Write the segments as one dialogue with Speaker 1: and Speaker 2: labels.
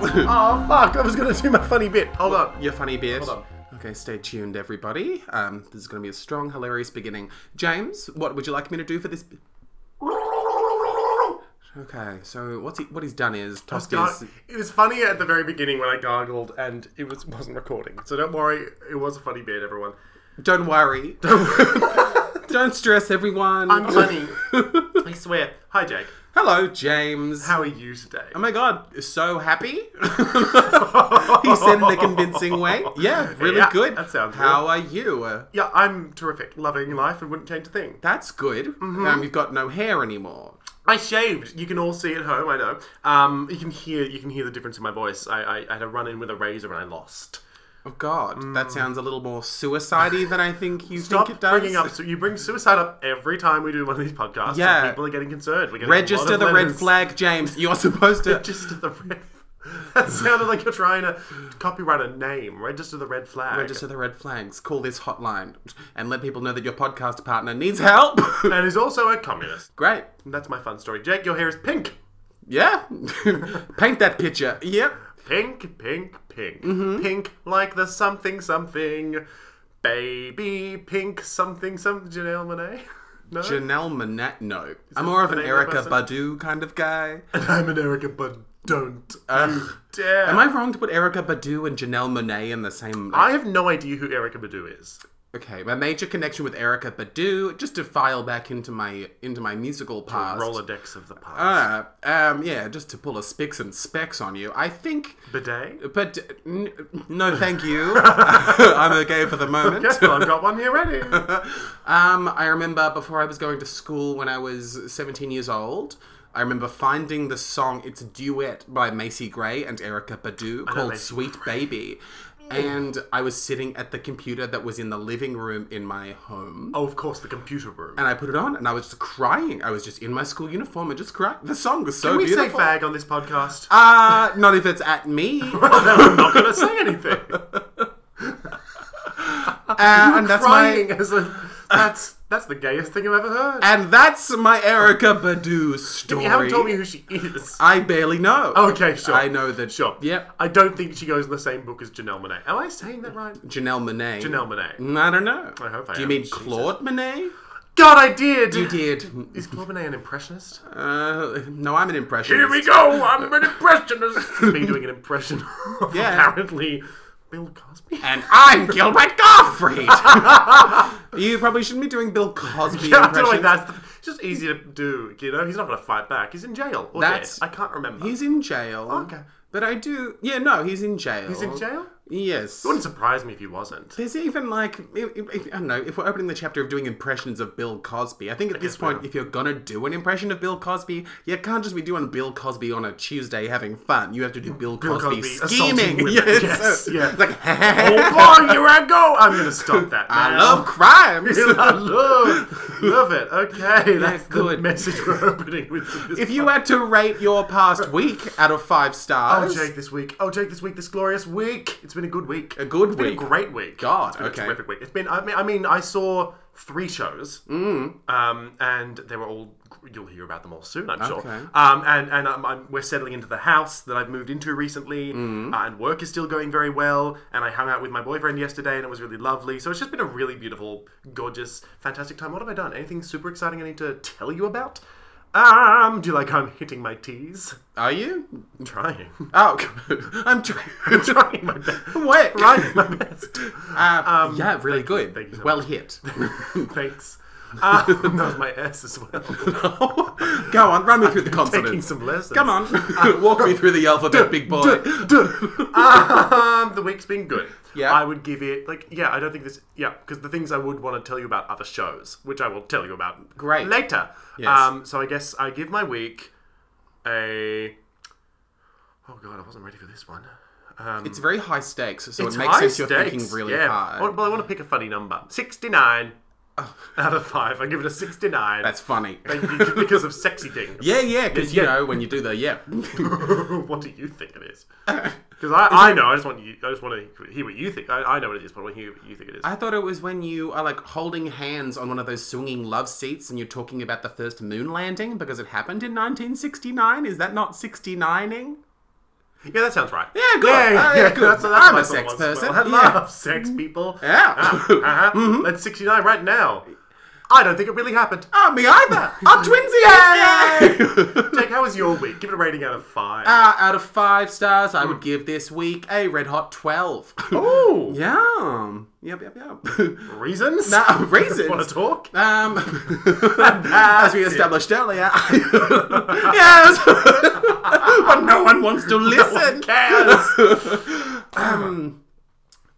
Speaker 1: oh fuck! I was gonna do my funny bit. Hold on, your funny bit.
Speaker 2: Hold
Speaker 1: Okay, stay tuned, everybody. Um, this is gonna be a strong, hilarious beginning. James, what would you like me to do for this? Okay, so what's he, what he's done is tossed
Speaker 2: Gar-
Speaker 1: his.
Speaker 2: it was funny at the very beginning when I gargled and it was wasn't recording. So don't worry, it was a funny bit, everyone.
Speaker 1: Don't worry. Don't stress, everyone.
Speaker 2: I'm funny. I swear. Hi, Jake.
Speaker 1: Hello, James.
Speaker 2: How are you today?
Speaker 1: Oh my god, so happy. he said in a convincing way. Yeah, really
Speaker 2: Yeah,
Speaker 1: good.
Speaker 2: that sounds
Speaker 1: How are you? Uh,
Speaker 2: yeah, I'm terrific, loving life, and wouldn't change a thing.
Speaker 1: That's good.
Speaker 2: Mm-hmm.
Speaker 1: Um, you've got no hair anymore.
Speaker 2: I shaved. You can all see at home. I know. Um, you can hear. You can hear the difference in my voice. I, I, I had a run in with a razor and I lost.
Speaker 1: Oh god, that sounds a little more suicide-y than I think you
Speaker 2: Hmm. Stop
Speaker 1: think it does.
Speaker 2: bringing up. So you bring suicide up every time we do one of these podcasts. and
Speaker 1: Yeah.
Speaker 2: people are getting concerned. We're getting a lot
Speaker 1: Register
Speaker 2: of
Speaker 1: the red
Speaker 2: letters.
Speaker 1: flag, James. You're supposed to.
Speaker 2: Register the red. That sounded like you're trying to copyright a name. Register the red flag.
Speaker 1: Register the red flags. Call this hotline and let people know that your podcast partner needs help.
Speaker 2: And is also a communist.
Speaker 1: Great.
Speaker 2: And that's my fun story. Jake, your hair is pink.
Speaker 1: Yeah. Paint that picture. Yep.
Speaker 2: Pink, pink, pink.
Speaker 1: Mm-hmm.
Speaker 2: Pink like the something something. Baby pink something something. Janelle Monet? No?
Speaker 1: Janelle Monet. No. I'm more of an
Speaker 2: an
Speaker 1: Erica
Speaker 2: English
Speaker 1: Badu kind of guy.
Speaker 2: and I'm an Erica, but don't you
Speaker 1: Ugh.
Speaker 2: dare.
Speaker 1: Am I wrong to put Erica Badu and Janelle Monet in the same?
Speaker 2: I have no idea who Erica Badu is.
Speaker 1: Okay, my major connection with Erica Badu, just to file back into my into my musical past.
Speaker 2: Rolodex of the past.
Speaker 1: Uh, um, yeah, just to pull a spics and specs on you. I think,
Speaker 2: Bidet?
Speaker 1: but n- no, thank you. I'm okay for the moment.
Speaker 2: Yes, well, I've got one here ready.
Speaker 1: Um, I remember before I was going to school when I was 17 years old. I remember finding the song. It's a duet by Macy Gray and Erica Badu called
Speaker 2: Macy
Speaker 1: "Sweet Baby," and I was sitting at the computer that was in the living room in my home.
Speaker 2: oh, of course, the computer room.
Speaker 1: And I put it on, and I was just crying. I was just in my school uniform and just crying. The song was so
Speaker 2: Can we say
Speaker 1: beautiful.
Speaker 2: fag on this podcast?
Speaker 1: uh, not if it's at me. uh,
Speaker 2: No, I'm not going to say anything.
Speaker 1: and that's
Speaker 2: Crying
Speaker 1: my
Speaker 2: as a that's that's the gayest thing I've ever heard.
Speaker 1: and that's my Erica Badu story.
Speaker 2: you haven't told me who she is.
Speaker 1: I barely know.
Speaker 2: okay, sure.
Speaker 1: I know that.
Speaker 2: Sure.
Speaker 1: Yep.
Speaker 2: I don't think she goes in the same book as Janelle Monet. Am I saying that right?
Speaker 1: Janelle Monet.
Speaker 2: Janelle Monet.
Speaker 1: Mm, I don't know.
Speaker 2: I hope I
Speaker 1: Do you
Speaker 2: am.
Speaker 1: mean
Speaker 2: Jesus.
Speaker 1: Claude Monet?
Speaker 2: God, I did.
Speaker 1: You did.
Speaker 2: Is Claude Monet an impressionist?
Speaker 1: Uh, no, I'm an impressionist.
Speaker 2: go. I'm an impressionist. Me doing an impression. Of
Speaker 1: Yeah.
Speaker 2: Apparently, Bill Cosby.
Speaker 1: And I'm Gilbert Gottfried. you probably shouldn't be doing Bill Cosby
Speaker 2: Yeah, I
Speaker 1: impressions.
Speaker 2: don't like that's the, it's just easy to do. You know, he's not going to fight back. He's in jail or
Speaker 1: That's-
Speaker 2: dead. I can't remember.
Speaker 1: He's in jail.
Speaker 2: Okay.
Speaker 1: But I do. Yeah, no, he's in jail.
Speaker 2: He's in jail?
Speaker 1: Yes.
Speaker 2: Wouldn't surprise me if he wasn't.
Speaker 1: There's even like if, if- if- I don't know if we're opening the chapter of doing impressions of Bill Cosby. I think at this point, if you're gonna do an impression of Bill Cosby, you can't just be doing Bill Cosby on a Tuesday having fun. You have to do Bill Cosby,
Speaker 2: Cosby assaulting
Speaker 1: scheming.
Speaker 2: women. Yes, yeah.
Speaker 1: Like
Speaker 2: oh boy, here I go! I'm gonna stop that.
Speaker 1: I
Speaker 2: now.
Speaker 1: love crimes.
Speaker 2: I love, love it. Okay, that's good.
Speaker 1: good.
Speaker 2: the message we're opening with. for This
Speaker 1: if you had to rate your past week out of five
Speaker 2: oh
Speaker 1: stars,
Speaker 2: Jake, this week, oh Jake, this week, this glorious week. It's been a good week.
Speaker 1: a good
Speaker 2: It's been
Speaker 1: week.
Speaker 2: a great week.
Speaker 1: God,
Speaker 2: it's been
Speaker 1: okay.
Speaker 2: a terrific week. It's been. I mean, I mean, I saw three shows.
Speaker 1: Mm.
Speaker 2: Um, and they were all. You'll hear about them all soon, I'm sure.
Speaker 1: Okay.
Speaker 2: Um, and and um, I'm, we're settling into the house that I've moved into recently,
Speaker 1: Mm.
Speaker 2: uh, and work is still going very well. And I hung out with my boyfriend yesterday, and it was really lovely. So it's just been a really beautiful, gorgeous, fantastic time. What have I done? Anything super exciting I need to tell you about? Um, do you like how I'm hitting my T's?
Speaker 1: Are you?
Speaker 2: I'm trying.
Speaker 1: Oh, I'm trying.
Speaker 2: I'm trying my best.
Speaker 1: Wait,
Speaker 2: Trying my best.
Speaker 1: Uh, yeah, really
Speaker 2: Um, thank you,
Speaker 1: good.
Speaker 2: thank you so
Speaker 1: well hit.
Speaker 2: Thanks. Uh, that was my S as well.
Speaker 1: Go on, run me through the
Speaker 2: Taking
Speaker 1: consonants.
Speaker 2: some lessons.
Speaker 1: Come on, Uh, walk me through the alphabet, big boy.
Speaker 2: um, the week's been good.
Speaker 1: Yeah.
Speaker 2: I would give it like yeah. I don't think this yeah because the things I would want to tell you about other shows, which I will tell you about
Speaker 1: Great.
Speaker 2: later.
Speaker 1: Yes.
Speaker 2: Um, so I guess I give my week a. Oh god, I wasn't ready for this one. Um,
Speaker 1: It's very high stakes, so it
Speaker 2: it's
Speaker 1: makes
Speaker 2: high
Speaker 1: sense you're
Speaker 2: stakes,
Speaker 1: thinking really
Speaker 2: yeah. Oh.
Speaker 1: hard. Oh.
Speaker 2: Well, well, I want to pick a funny number. Sixty-nine out of five. I give it a sixty-nine.
Speaker 1: That's funny.
Speaker 2: Thank you, because of sexy things.
Speaker 1: Yeah, yeah, because
Speaker 2: Yeah.
Speaker 1: you know when you do the yeah.
Speaker 2: what do you think it is? Because I, I know. I just want you. I just want to hear what you think. I, I know what it is, but I want to hear what you think it is.
Speaker 1: I thought it was when you are like holding hands on one of those swinging love seats and you're talking about the first moon landing because it happened in 1969. Is that not 69ing?
Speaker 2: Yeah, that sounds right. Yeah,
Speaker 1: good. Uh, yeah, good. I'm a sex person.
Speaker 2: I
Speaker 1: Yeah. Mm-hmm.
Speaker 2: love sex people.
Speaker 1: Yeah. Mm-hmm.
Speaker 2: uh-huh. That's 69 right now. I don't think it really happened.
Speaker 1: Ah, me either. I'm twinsies. Yay!
Speaker 2: Jake, how was your week? Give it a rating out of five.
Speaker 1: Uh, out of five stars, I would give this week a red hot 12.
Speaker 2: oh,
Speaker 1: Yum. Yep, yep, yep.
Speaker 2: reasons?
Speaker 1: now, reasons.
Speaker 2: Want to talk?
Speaker 1: Um, as we established earlier. yes! but no one wants to listen.
Speaker 2: Cares.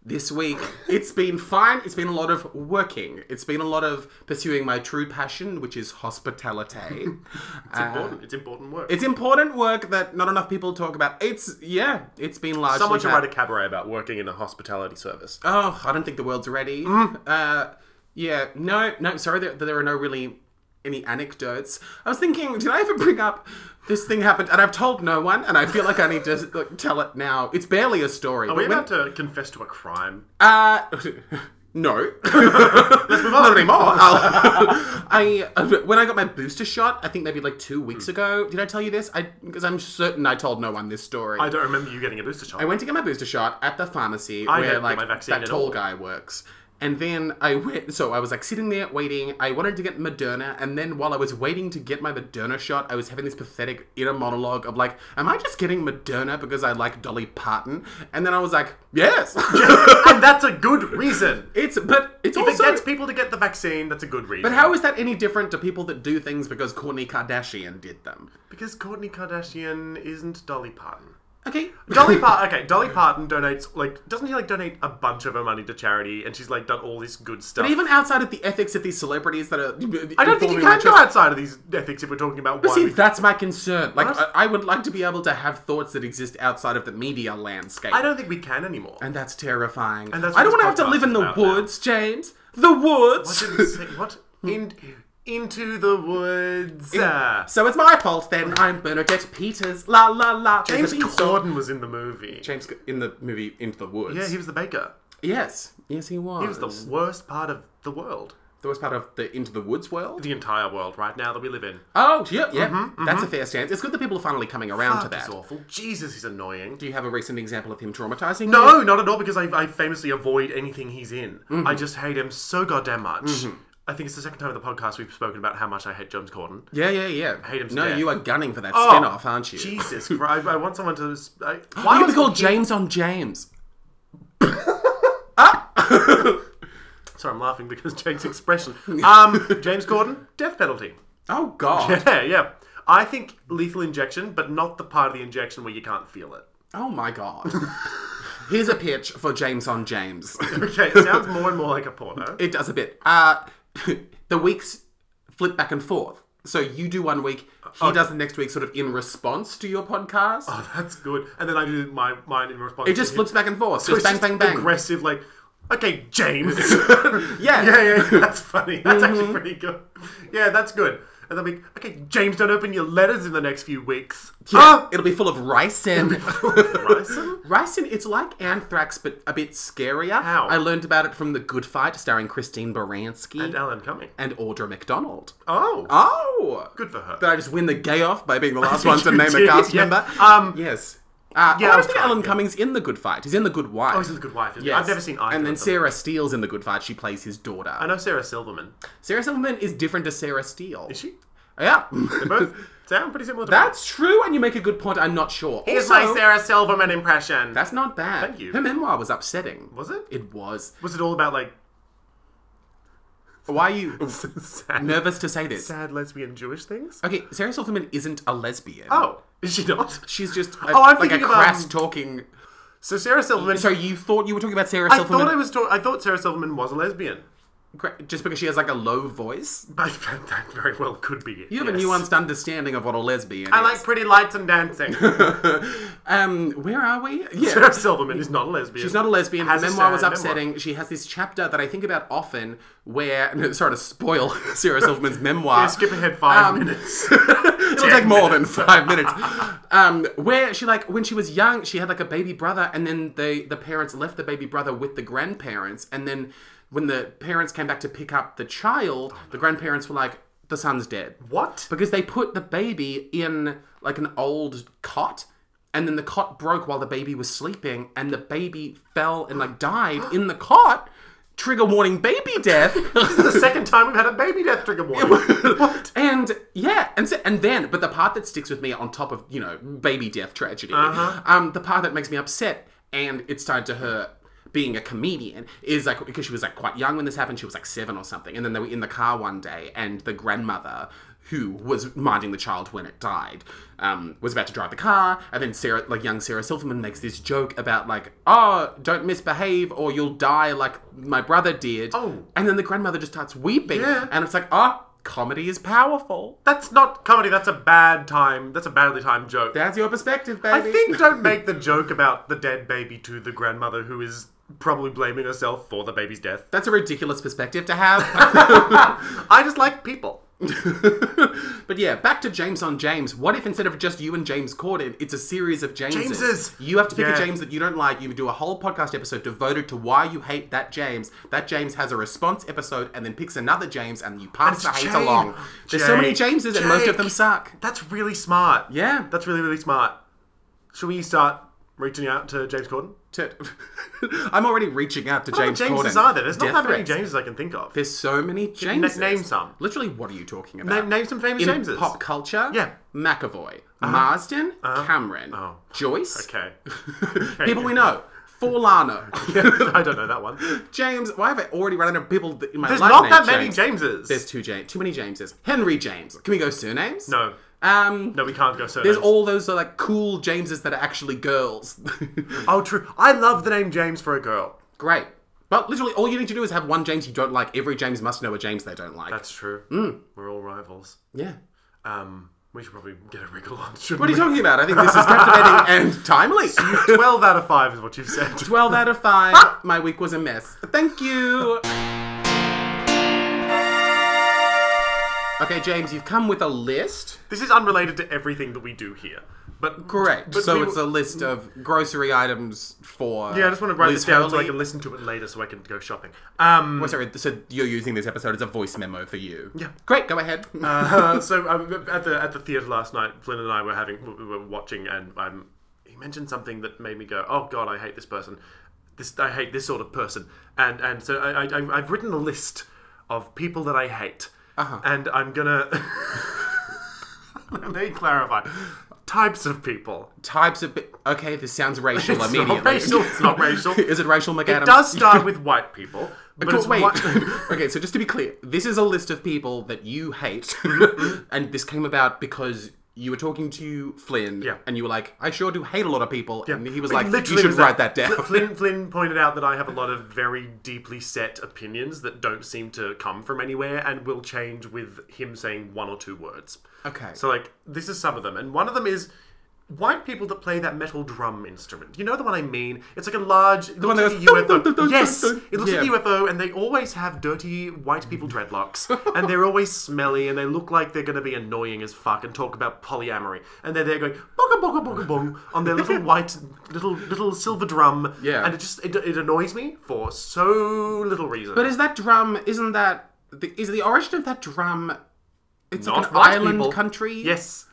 Speaker 1: this week it's been fine it's been a lot of working it's been a lot of pursuing my true passion which is hospitality Uh,
Speaker 2: It's important. It's important work.
Speaker 1: it's important work that not enough people talk about it's yeah it's been largely
Speaker 2: Someone should
Speaker 1: that-
Speaker 2: write a cabaret about working in a hospitality service.
Speaker 1: oh i don't think the world's ready
Speaker 2: Mm.
Speaker 1: uh yeah no no sorry that there, are no really any anecdotes i was thinking did i ever bring up this thing happened and i've told no one and i feel like i need to like, tell it now it's barely a story
Speaker 2: Are we about to confess to a crime?
Speaker 1: Uh, no. Let's move on. Not anymore. I'll- I uh, when I got my booster shot, I think maybe like two
Speaker 2: Hmm.
Speaker 1: weeks ago. Did I tell you this? I because I'm certain I told no one this story.
Speaker 2: I don't remember you getting a booster shot.
Speaker 1: I went to get my booster shot at the pharmacy
Speaker 2: I
Speaker 1: where
Speaker 2: don't get
Speaker 1: like
Speaker 2: my vaccine
Speaker 1: that
Speaker 2: at
Speaker 1: tall
Speaker 2: all.
Speaker 1: guy works. And then I went, so I was like sitting there waiting. I wanted to get Moderna, and then while I was waiting to get my Moderna shot, I was having this pathetic inner monologue of like, "Am I just getting Moderna because I like Dolly Parton?" And then I was like, "Yes,
Speaker 2: and that's a good reason.
Speaker 1: it's but it's
Speaker 2: If it
Speaker 1: also
Speaker 2: gets people to get the vaccine, that's a good reason.
Speaker 1: But how is that any different to people that do things because Kourtney Kardashian did them?
Speaker 2: Because Courtney Kardashian isn't Dolly Parton.
Speaker 1: Okay.
Speaker 2: Dolly Parton, okay, Dolly Parton donates, like, doesn't she, like, donate a bunch of her money to charity and she's, like, done all this good stuff?
Speaker 1: But even outside of the ethics of these celebrities that are,
Speaker 2: I don't think you can go outside of these ethics if we're talking about why
Speaker 1: See,
Speaker 2: we-
Speaker 1: that's my concern. Like, I, I would like to be able to have thoughts that exist outside of the media landscape,
Speaker 2: I don't think we can anymore.
Speaker 1: and that's terrifying. And
Speaker 2: that's
Speaker 1: I don't
Speaker 2: what
Speaker 1: want to have
Speaker 2: this
Speaker 1: to live
Speaker 2: podcast
Speaker 1: in
Speaker 2: is
Speaker 1: the
Speaker 2: about now.
Speaker 1: woods, James. The
Speaker 2: What?
Speaker 1: woods.
Speaker 2: did it say? What? In, into the woods. Ah.
Speaker 1: so it's my fault then. I'm Bernadette Peters. La la la. There's
Speaker 2: James
Speaker 1: a beanstalk.
Speaker 2: Corden was in the movie.
Speaker 1: James G- in the movie Into the Woods.
Speaker 2: Yeah, he was the baker.
Speaker 1: yes, yes, he was.
Speaker 2: He was the worst part of the world.
Speaker 1: the worst part of the Into the Woods world.
Speaker 2: The entire world right now that we live in.
Speaker 1: Oh, yeah, yeah. That's a fair stance. It's good that people are finally coming around to
Speaker 2: Mm-hmm, Fuck,
Speaker 1: that.
Speaker 2: he's awful. Jesus, he's annoying.
Speaker 1: Do you have a recent example of him traumatizing? you?
Speaker 2: No, not at all, because I, I famously avoid anything he's in.
Speaker 1: Mm-hmm.
Speaker 2: I just hate him so goddamn much. I think it's the second time in the podcast we've spoken about how much I hate James Corden.
Speaker 1: Yeah, yeah, yeah.
Speaker 2: hate him to
Speaker 1: No,
Speaker 2: death.
Speaker 1: you are gunning for that
Speaker 2: Oh,
Speaker 1: spin-off, aren't you?
Speaker 2: Jesus Christ. I, I want someone to. I,
Speaker 1: Why
Speaker 2: why
Speaker 1: you
Speaker 2: was
Speaker 1: be called James on James?
Speaker 2: Sorry, I'm laughing because Jake's expression. Um, James Corden, death penalty.
Speaker 1: Oh God.
Speaker 2: Yeah, yeah. I think lethal injection, but not the part of the injection where you can't feel it.
Speaker 1: Oh my God. Here's a pitch for James on James.
Speaker 2: Okay, it sounds more and more like a porno.
Speaker 1: it does a bit. Uh, the weeks flip back and forth. So you do one week, he does the next week, sort of in response to your podcast.
Speaker 2: Oh, that's good. And then I do my mine in response.
Speaker 1: it just flips back and forth. just bang, bang, bang.
Speaker 2: Aggressive, like, okay, James.
Speaker 1: Yeah. Mm-hmm.
Speaker 2: yeah, yeah. That's funny. That's actually pretty good. Yeah, that's good. And they'll be, okay, James, don't open your letters in the next few weeks. Ah!
Speaker 1: Yeah, It'll be full of rice and.
Speaker 2: Bryson?
Speaker 1: Ricin, it's like anthrax, but a bit scarier.
Speaker 2: How?
Speaker 1: I learned about it from The Good Fight, starring Christine Baranski
Speaker 2: And
Speaker 1: and, uh,
Speaker 2: Alan Cumming.
Speaker 1: Audra McDonald.
Speaker 2: Oh,
Speaker 1: Oh!
Speaker 2: good for her.
Speaker 1: Did I just win the gay off by being the last one to name a
Speaker 2: did,
Speaker 1: cast
Speaker 2: yeah.
Speaker 1: member?
Speaker 2: Um,
Speaker 1: yes. Uh, I
Speaker 2: yeah, I
Speaker 1: don't
Speaker 2: was
Speaker 1: think
Speaker 2: trying,
Speaker 1: Alan
Speaker 2: yeah.
Speaker 1: Cumming's in The Good Fight. He's in The Good Wife.
Speaker 2: Oh, he's in The Good Wife. Isn't he?
Speaker 1: Yes.
Speaker 2: I've never seen either.
Speaker 1: And then
Speaker 2: of them.
Speaker 1: Sarah Steele's in The Good Fight. She plays his daughter.
Speaker 2: I know Sarah Silverman.
Speaker 1: Sarah Silverman is different to Sarah Steele.
Speaker 2: Is she?
Speaker 1: Yeah.
Speaker 2: They both sound pretty similar to
Speaker 1: That's true, and you make a good point. I'm not sure.
Speaker 2: Here's
Speaker 1: Also-
Speaker 2: my Sarah Silverman impression.
Speaker 1: That's not bad.
Speaker 2: Thank you.
Speaker 1: Her memoir was upsetting.
Speaker 2: Was it?
Speaker 1: It was.
Speaker 2: Was it all about like
Speaker 1: Why are you
Speaker 2: sad,
Speaker 1: nervous to say this?
Speaker 2: sad lesbian Jewish things?
Speaker 1: Okay, Sarah Silverman isn't a lesbian.
Speaker 2: Oh, is she not?
Speaker 1: She's just a,
Speaker 2: Oh, I'm
Speaker 1: like a
Speaker 2: thinking of,
Speaker 1: crass
Speaker 2: um,
Speaker 1: talking.
Speaker 2: So Sarah Silverman.
Speaker 1: Sorry, you thought you were talking about Sarah
Speaker 2: I
Speaker 1: Silverman
Speaker 2: thought I was. Talk- I thought Sarah Silverman was a lesbian.
Speaker 1: Gra- just because she has like a low voice?
Speaker 2: But that, that very well could be it.
Speaker 1: You have
Speaker 2: yes.
Speaker 1: a nuanced understanding of what a lesbian
Speaker 2: I like pretty lights and dancing.
Speaker 1: um, where are we? Yeah.
Speaker 2: Sarah Silverman is not a lesbian.
Speaker 1: She's not a lesbian. Her
Speaker 2: Has a
Speaker 1: memoir was
Speaker 2: sad
Speaker 1: upsetting. She has this chapter that I think about often where. No, sorry to spoil Sarah Silverman's memoir.
Speaker 2: Yeah, skip ahead five
Speaker 1: Um,
Speaker 2: minutes.
Speaker 1: It'll take more than five minutes. Um, where she like when she was young, she had like a baby brother, and then the the parents left the baby brother with the grandparents, and then when the parents came back to pick up the child, the grandparents were like, "The son's dead,"
Speaker 2: What?
Speaker 1: because they put the baby in like an old cot. and then the cot broke while the baby was sleeping, and the baby fell and like died in the cot. Trigger warning, baby death.
Speaker 2: This is the second time we've had a baby death trigger warning. what?
Speaker 1: And yeah, and so, and then, but the part that sticks with me on top of you know baby death tragedy, um, the part that makes me upset, and it's tied to her being a comedian, is like because she was like quite young when this happened. She was like seven or something, and then they were in the car one day, and the grandmother. Who was minding the child when it died? Um, was about to drive the car, and then Sarah, like young Sarah Silverman, makes this joke about like, "Oh, don't misbehave, or you'll die like my brother did."
Speaker 2: Oh.
Speaker 1: and then the grandmother just starts weeping,
Speaker 2: Yeah.
Speaker 1: and it's like, oh, comedy is powerful.
Speaker 2: That's not comedy. That's a bad time. That's a badly timed joke.
Speaker 1: That's your perspective,
Speaker 2: I
Speaker 1: baby.
Speaker 2: think don't make the joke about the dead baby to the grandmother who is probably blaming herself for the baby's death.
Speaker 1: that's a ridiculous perspective to have.
Speaker 2: I just like people.
Speaker 1: but yeah, back to James on James. What if instead of just you and James Corden, it's a series of Jameses?
Speaker 2: Jameses!
Speaker 1: You have to pick
Speaker 2: Yeah.
Speaker 1: a James that you don't like. You do a whole podcast episode devoted to why you hate that James. That James has a response episode and then picks another James and you pass
Speaker 2: It's
Speaker 1: the hate
Speaker 2: Jane.
Speaker 1: along. There's so many
Speaker 2: Jake.
Speaker 1: Jameses and most
Speaker 2: Jake.
Speaker 1: of them suck.
Speaker 2: That's really smart.
Speaker 1: Yeah.
Speaker 2: That's really, really smart. Should we start reaching out to James Corden?
Speaker 1: Tit- I'm already reaching out to James,
Speaker 2: James
Speaker 1: Corden.
Speaker 2: Jameses are there. There's not
Speaker 1: Death
Speaker 2: that many
Speaker 1: threats.
Speaker 2: Jameses I can think of.
Speaker 1: There's so many Jameses.
Speaker 2: name some.
Speaker 1: Literally, what are you talking about?
Speaker 2: Name, name some famous
Speaker 1: in
Speaker 2: Jameses.
Speaker 1: pop culture.
Speaker 2: Yeah. Uh-huh.
Speaker 1: McAvoy, Marsden, Cameron,
Speaker 2: Oh.
Speaker 1: Joyce.
Speaker 2: Okay.
Speaker 1: people we know. Forlana,
Speaker 2: I don't know that one.
Speaker 1: James. Why have I already run out of people th- in my
Speaker 2: There's
Speaker 1: life?
Speaker 2: not
Speaker 1: named
Speaker 2: that many
Speaker 1: James?
Speaker 2: Jameses.
Speaker 1: There's two James. Too many Jameses. Henry James. Can we go surnames?
Speaker 2: No.
Speaker 1: Um.
Speaker 2: No, we can't go
Speaker 1: There's
Speaker 2: surnames.
Speaker 1: all those uh, like cool Jameses that are actually girls.
Speaker 2: oh, true. I love the name James for a girl.
Speaker 1: Great. But literally, all you need to do is have one James you don't like. Every James must know a James they don't like.
Speaker 2: That's true.
Speaker 1: Hmm.
Speaker 2: We're all rivals.
Speaker 1: yeah.
Speaker 2: Um, we should probably get a wriggle on, shouldn't
Speaker 1: What are
Speaker 2: we?
Speaker 1: you talking about? I think this is captivating and timely.
Speaker 2: 12 out of 5 is what you've said.
Speaker 1: 12 out of 5. My week was a mess. Thank you. Okay, James, you've come with a list.
Speaker 2: This is unrelated to everything that we do here. But
Speaker 1: Correct.
Speaker 2: But
Speaker 1: so
Speaker 2: we-
Speaker 1: it's a list of grocery items for.
Speaker 2: Yeah, I just want to write
Speaker 1: Liz
Speaker 2: this down so I
Speaker 1: Hurley.
Speaker 2: can listen to it later so I can go shopping. Um,
Speaker 1: Oh, sorry, so you're using this episode as a voice memo for you.
Speaker 2: Yeah.
Speaker 1: Great, go ahead.
Speaker 2: uh, so um, at the at the theater last night, Flynn and I were having we were watching, and um, he mentioned something that made me go, "Oh God, I hate this person. This I hate this sort of person." And and so I, I I've- I've written a list of people that I hate, uh-huh. and I'm gonna let me clarify types of people.
Speaker 1: Types of. bi- Okay, this sounds racial
Speaker 2: It's
Speaker 1: immediately.
Speaker 2: not racial. It's not racial.
Speaker 1: Is it racial, McAdams?
Speaker 2: It does start with white people, but
Speaker 1: Cool,
Speaker 2: it's
Speaker 1: wait.
Speaker 2: white-
Speaker 1: okay, so just to be clear, this is a list of people that you hate,
Speaker 2: Mm-hmm.
Speaker 1: and this came about because you were talking to Flynn,
Speaker 2: Yeah.
Speaker 1: and you were like, "I sure do hate a lot of people," and he was
Speaker 2: It
Speaker 1: like, "You
Speaker 2: literally
Speaker 1: should
Speaker 2: was
Speaker 1: write that, down."
Speaker 2: Fl- Flynn, Flynn pointed out that I have a lot of very deeply set opinions that don't seem to come from anywhere and will change with him saying one or two words.
Speaker 1: Okay.
Speaker 2: So, like, this is some of them. And one of them is white people that play that metal drum instrument. You know the one I mean? It's like a large. It
Speaker 1: one
Speaker 2: looks
Speaker 1: that
Speaker 2: like
Speaker 1: goes
Speaker 2: a
Speaker 1: dun, dun, dun,
Speaker 2: UFO. Yes!
Speaker 1: dun, dun.
Speaker 2: It looks like a
Speaker 1: Yeah. Mm-hmm.
Speaker 2: UFO, and they always have dirty white people dreadlocks. and they're always smelly, and they look like they're going to be annoying as fuck and talk about polyamory. And they're there going, booga, booga, booga, boom, on their little white, little, little silver drum.
Speaker 1: Yeah.
Speaker 2: And it just, it, it annoys me for so little reason.
Speaker 1: but is that drum? Isn't that the, is the origin of that drum? It's like
Speaker 2: Not
Speaker 1: an
Speaker 2: white
Speaker 1: island
Speaker 2: people.
Speaker 1: country.
Speaker 2: Yes.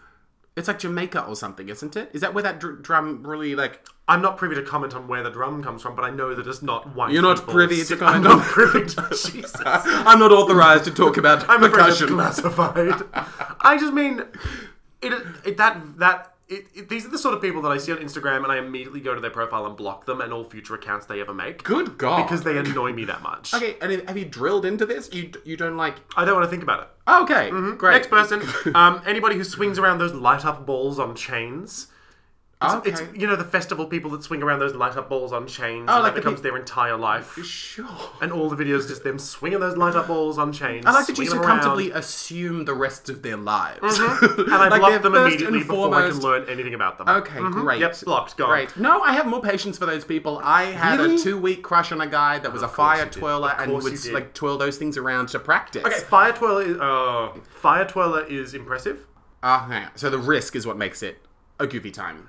Speaker 1: it's like Jamaica or something, isn't it? Is that where that dr- drum really like?
Speaker 2: I'm not privy to comment on where the drum comes from, but I know that it's not white.
Speaker 1: You're not
Speaker 2: people.
Speaker 1: privy to comment
Speaker 2: I'm
Speaker 1: on-
Speaker 2: not privy to Jesus.
Speaker 1: I'm not authorized to talk about
Speaker 2: I'm afraid it's
Speaker 1: percussion.
Speaker 2: classified. I just mean, it, it that that it, it, these are the sort of people that I see on Instagram, and I immediately go to their profile and block them and all future accounts they ever make
Speaker 1: Good God!
Speaker 2: because they annoy me that much.
Speaker 1: okay, and have you drilled into this? You you don't like?
Speaker 2: I don't want to think about it.
Speaker 1: Okay, great.
Speaker 2: Mm-hmm. Next person, um, anybody who swings around those light up balls on chains. It's,
Speaker 1: Okay. Oh,
Speaker 2: it's you know the festival people that swing around those light up balls on chains. and
Speaker 1: like
Speaker 2: that
Speaker 1: the
Speaker 2: becomes
Speaker 1: pe-
Speaker 2: their entire life.
Speaker 1: sure.
Speaker 2: And all the videos just them swinging those light up balls on chains.
Speaker 1: I like that you so
Speaker 2: swinging them around.
Speaker 1: comfortably assume the rest of their lives.
Speaker 2: And I
Speaker 1: Like,
Speaker 2: block
Speaker 1: they're
Speaker 2: them
Speaker 1: first
Speaker 2: immediately
Speaker 1: and
Speaker 2: before I can
Speaker 1: foremost-
Speaker 2: learn anything about them. Hmm?
Speaker 1: Okay, great.
Speaker 2: Yep, blocked, gone.
Speaker 1: Great. No, I have more patience for those people. I had
Speaker 2: Really?
Speaker 1: a two-week crush on a guy that was a
Speaker 2: course
Speaker 1: fire
Speaker 2: you did.
Speaker 1: twirler
Speaker 2: Of
Speaker 1: and
Speaker 2: course
Speaker 1: would
Speaker 2: you did.
Speaker 1: like twirl those things around to practice.
Speaker 2: Okay, fire twirler is oh, fire twirler is impressive.
Speaker 1: Ah, Uh, so the risk is what makes it a goofy time.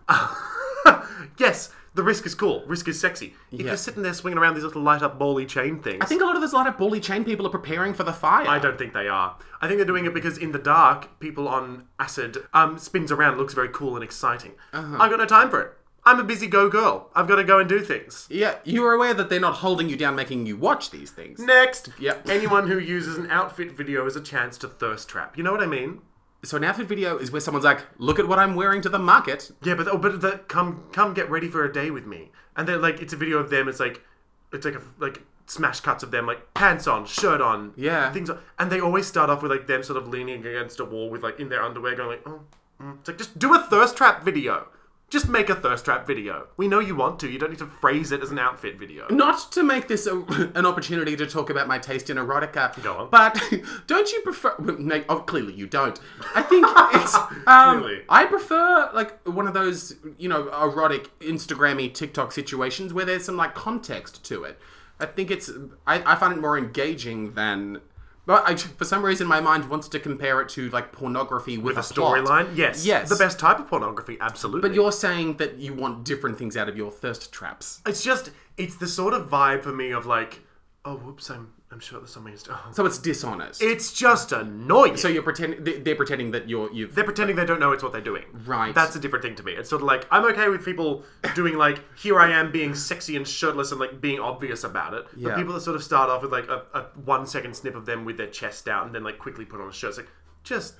Speaker 2: yes, The risk is cool. Risk is sexy. If
Speaker 1: Yeah.
Speaker 2: you're sitting there swinging around these little light up bally chain things,
Speaker 1: I think a lot of those light up bully chain people are preparing for the fire.
Speaker 2: I don't think they are. I think they're doing it because in the dark, people on acid um, spins around, looks very cool and exciting.
Speaker 1: Uh-huh.
Speaker 2: I've got no time for it. I'm a busy go girl. I've got to go and do things.
Speaker 1: yeah, you are aware that they're not holding you down, making you watch these things.
Speaker 2: Next,
Speaker 1: Yep.
Speaker 2: anyone who uses an outfit video as a chance to thirst trap. You know what I mean?
Speaker 1: So an outfit video is where someone's like, "Look at what I'm wearing to the market."
Speaker 2: Yeah, but oh, but the, come come get ready for a day with me, and then like it's a video of them. It's like it's like a like smash cuts of them like pants on, shirt on,
Speaker 1: Yeah.
Speaker 2: things, on, and they always start off with like them sort of leaning against a wall with like in their underwear, going like, oh, mm. it's like just do a thirst trap video. Just make a thirst trap video. We know you want to. You don't need to phrase it as an outfit video.
Speaker 1: Not to make this a, an opportunity to talk about my taste in erotica,
Speaker 2: Go on.
Speaker 1: but don't you prefer? well, No, oh, clearly you don't. I think it's. Um,
Speaker 2: Clearly.
Speaker 1: I prefer like one of those you know erotic Instagrammy TikTok situations where there's some like context to it. I think it's. I, I find it more engaging than. But I, for some reason, my mind wants to compare it to like pornography with,
Speaker 2: The
Speaker 1: a plot.
Speaker 2: storyline, yes,
Speaker 1: Yes.
Speaker 2: the best type of pornography, absolutely.
Speaker 1: But you're saying that you want different things out of your thirst traps.
Speaker 2: it's just it's the sort of vibe for me of like, oh, whoops, I'm I'm shirtless on my Insta. Oh.
Speaker 1: So it's dishonest.
Speaker 2: It's just annoying.
Speaker 1: so you're pretending they- they're pretending that you're you've
Speaker 2: They're pretending they don't know it's what they're doing.
Speaker 1: Right.
Speaker 2: That's a different thing to me. It's sort of like I'm okay with people doing like here I am being sexy and shirtless and like being obvious about it.
Speaker 1: Yeah.
Speaker 2: But people that sort of start off with like a, a one second snip of them with their chest out and then like quickly put on a shirt. It's like just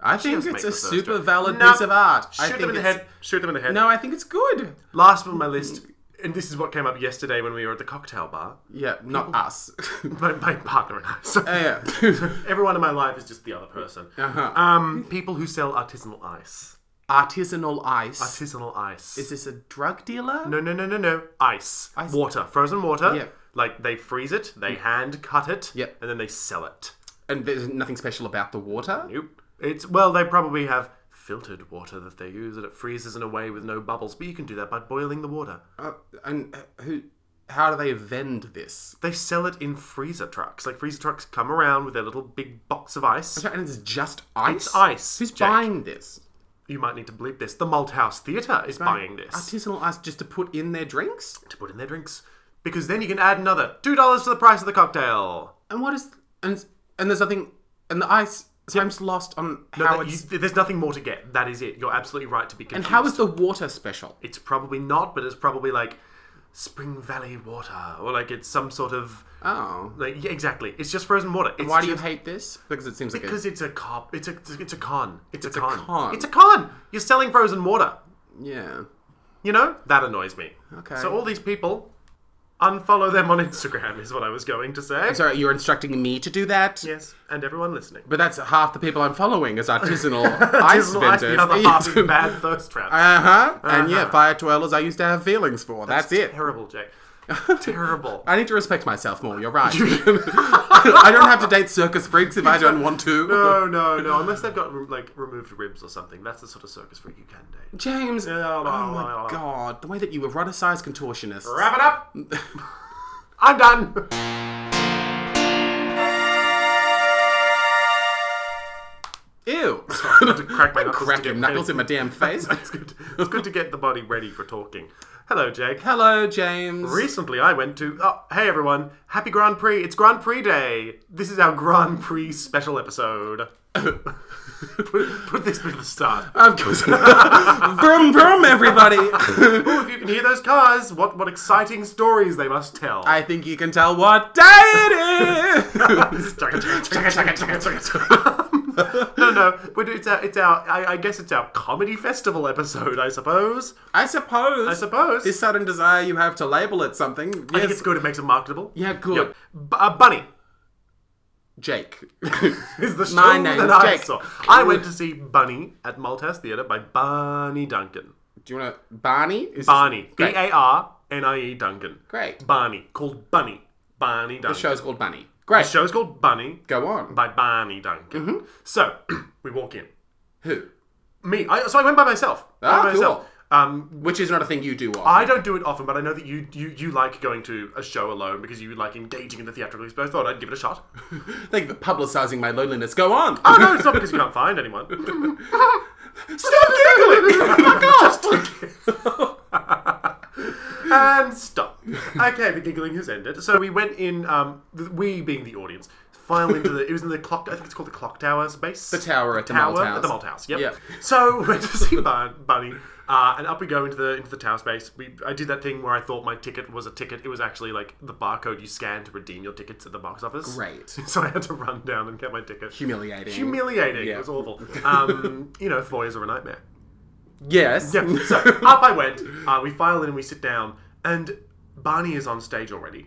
Speaker 1: I think it's
Speaker 2: just make
Speaker 1: a
Speaker 2: the first
Speaker 1: super
Speaker 2: joke.
Speaker 1: valid
Speaker 2: No.
Speaker 1: piece of art.
Speaker 2: shoot
Speaker 1: I
Speaker 2: them
Speaker 1: think
Speaker 2: in the
Speaker 1: it's-
Speaker 2: head. Shoot them in the head.
Speaker 1: No, I think it's good.
Speaker 2: Last one on my list, and this is what came up yesterday when we were at the cocktail bar.
Speaker 1: Yeah, not us.
Speaker 2: My, my partner and I. So
Speaker 1: yeah.
Speaker 2: everyone in my life is just the other person.
Speaker 1: Uh-huh.
Speaker 2: Um, people who sell artisanal ice.
Speaker 1: Artisanal ice.
Speaker 2: Artisanal ice.
Speaker 1: Is this a drug dealer?
Speaker 2: No, no, no, no, no. Ice.
Speaker 1: Ice.
Speaker 2: Water. Frozen water.
Speaker 1: Yeah.
Speaker 2: Like they freeze it, they hand cut it,
Speaker 1: Yep.
Speaker 2: and then they sell it.
Speaker 1: And there's nothing special about the water.
Speaker 2: Nope. It's well, they probably have filtered water that they use and it freezes in a way with no bubbles, but you can do that by boiling the water.
Speaker 1: Uh, and uh, who? How do they vend this?
Speaker 2: They sell it in freezer trucks. Like freezer trucks come around with their little big box of ice.
Speaker 1: And it's just ice.
Speaker 2: It's ice,
Speaker 1: Who's
Speaker 2: Jake.
Speaker 1: buying this?
Speaker 2: You might need to bleep this. The Malthouse Theatre is buying this
Speaker 1: Artisanal ice just to put in their drinks.
Speaker 2: to put in their drinks. Because then you can add another two dollars to the price of the cocktail.
Speaker 1: And what is and and there's nothing and the ice. So I'm just lost on
Speaker 2: That
Speaker 1: how
Speaker 2: you-
Speaker 1: it's
Speaker 2: there's nothing more to get. That is it. You're absolutely right to be
Speaker 1: and
Speaker 2: confused.
Speaker 1: how is the water special?
Speaker 2: it's probably not, but it's probably like Spring Valley water, or like it's some sort of
Speaker 1: Oh,
Speaker 2: like yeah, exactly. It's just frozen water. It's
Speaker 1: why do you hate this? Because it seems like a,
Speaker 2: Because it's a cop. It's a it's a con. It's, a, con.
Speaker 1: con.
Speaker 2: It's a con. You're selling frozen water.
Speaker 1: yeah.
Speaker 2: You know that annoys me.
Speaker 1: Okay.
Speaker 2: So all these people, unfollow them on Instagram is what I was going to say.
Speaker 1: Sorry, you're instructing me to do that.
Speaker 2: Yes, and everyone listening.
Speaker 1: But that's half the people I'm following as artisanal ice
Speaker 2: Artisanal
Speaker 1: vendors.
Speaker 2: ice, the other half is bad Uh-huh. thirst traps.
Speaker 1: uh huh. And yeah, fire twirlers I used to have feelings for. That's, it.
Speaker 2: Terrible, Jake. Terrible.
Speaker 1: I need to respect myself more. You're right. I don't have to date circus freaks if I don't want to.
Speaker 2: No, no, no. Unless they've got like removed ribs or something. That's the sort of circus freak you can date.
Speaker 1: James,
Speaker 2: no,
Speaker 1: oh
Speaker 2: no, no,
Speaker 1: my
Speaker 2: no.
Speaker 1: god, the way that you eroticize contortionists.
Speaker 2: Wrap it up. I'm done.
Speaker 1: Ew.
Speaker 2: I had to crack my knuckles.
Speaker 1: Crack
Speaker 2: to
Speaker 1: your
Speaker 2: get
Speaker 1: knuckles in my
Speaker 2: ready.
Speaker 1: damn face.
Speaker 2: It's good. It's good to get the body ready for talking. Hello, Jake.
Speaker 1: Hello, James.
Speaker 2: Recently, I went to. Oh, hey everyone! Happy Grand Prix! It's Grand Prix Day. This is our Grand Prix special episode. put, put this bit at the start.
Speaker 1: Of course. vroom vroom, everybody.
Speaker 2: Oh, if you can hear those cars, what what exciting stories they must tell.
Speaker 1: I think you can tell what day it is.
Speaker 2: no, no, but it's our, it's our I, I guess it's our comedy festival episode, I suppose.
Speaker 1: I suppose.
Speaker 2: I suppose.
Speaker 1: This sudden desire you have to label it something.
Speaker 2: I think it's
Speaker 1: Yes.
Speaker 2: good. It makes it marketable.
Speaker 1: Yeah, good.
Speaker 2: Yep. B- uh, Bunny
Speaker 1: Jake.
Speaker 2: is the show
Speaker 1: My name's
Speaker 2: that I
Speaker 1: Jake.
Speaker 2: saw. I went to see Bunny at Malthouse Theatre by Barney Duncan.
Speaker 1: Do you want to. Barney? Is
Speaker 2: Barney, B
Speaker 1: Great.
Speaker 2: A R N I E Duncan.
Speaker 1: Great.
Speaker 2: Barney called Bunny. Barney Duncan.
Speaker 1: The show's called Bunny. Great.
Speaker 2: The show's called Bunny
Speaker 1: Go on.
Speaker 2: by Barney Duncan. So we walk in.
Speaker 1: Mm-hmm. Who?
Speaker 2: Me. I, so I went by myself.
Speaker 1: Ah, cool.
Speaker 2: by myself. Um,
Speaker 1: Which is not a thing you do often.
Speaker 2: I don't do it often, but I know that you, you you like going to a show alone because you like engaging in the theatrical experience. I thought I'd give it a shot.
Speaker 1: Thank you for publicising my loneliness. Go on.
Speaker 2: Oh no, it's not because you can't find anyone.
Speaker 1: Stop giggling! Fuck off!
Speaker 2: and stop. Okay, the giggling has ended. So we went in, um, th- we being the audience, filed into the, it was in the clock, I think it's called the clock tower space. The
Speaker 1: tower at the Malt House.
Speaker 2: At the Malt House, yep.
Speaker 1: Yep.
Speaker 2: So we went to see Bun- Bunny, uh, and up we go into the into the tower space. We I did that thing where I thought my ticket was a ticket. It was actually like the barcode you scan to redeem your tickets at the box office.
Speaker 1: Great.
Speaker 2: So I had to run down and get my ticket.
Speaker 1: Humiliating.
Speaker 2: Humiliating.
Speaker 1: Yeah.
Speaker 2: It was awful. Um, you know, foyers are a nightmare.
Speaker 1: yes.
Speaker 2: Yeah. So up I went. Uh, we file in and we sit down, and Barney is on stage already.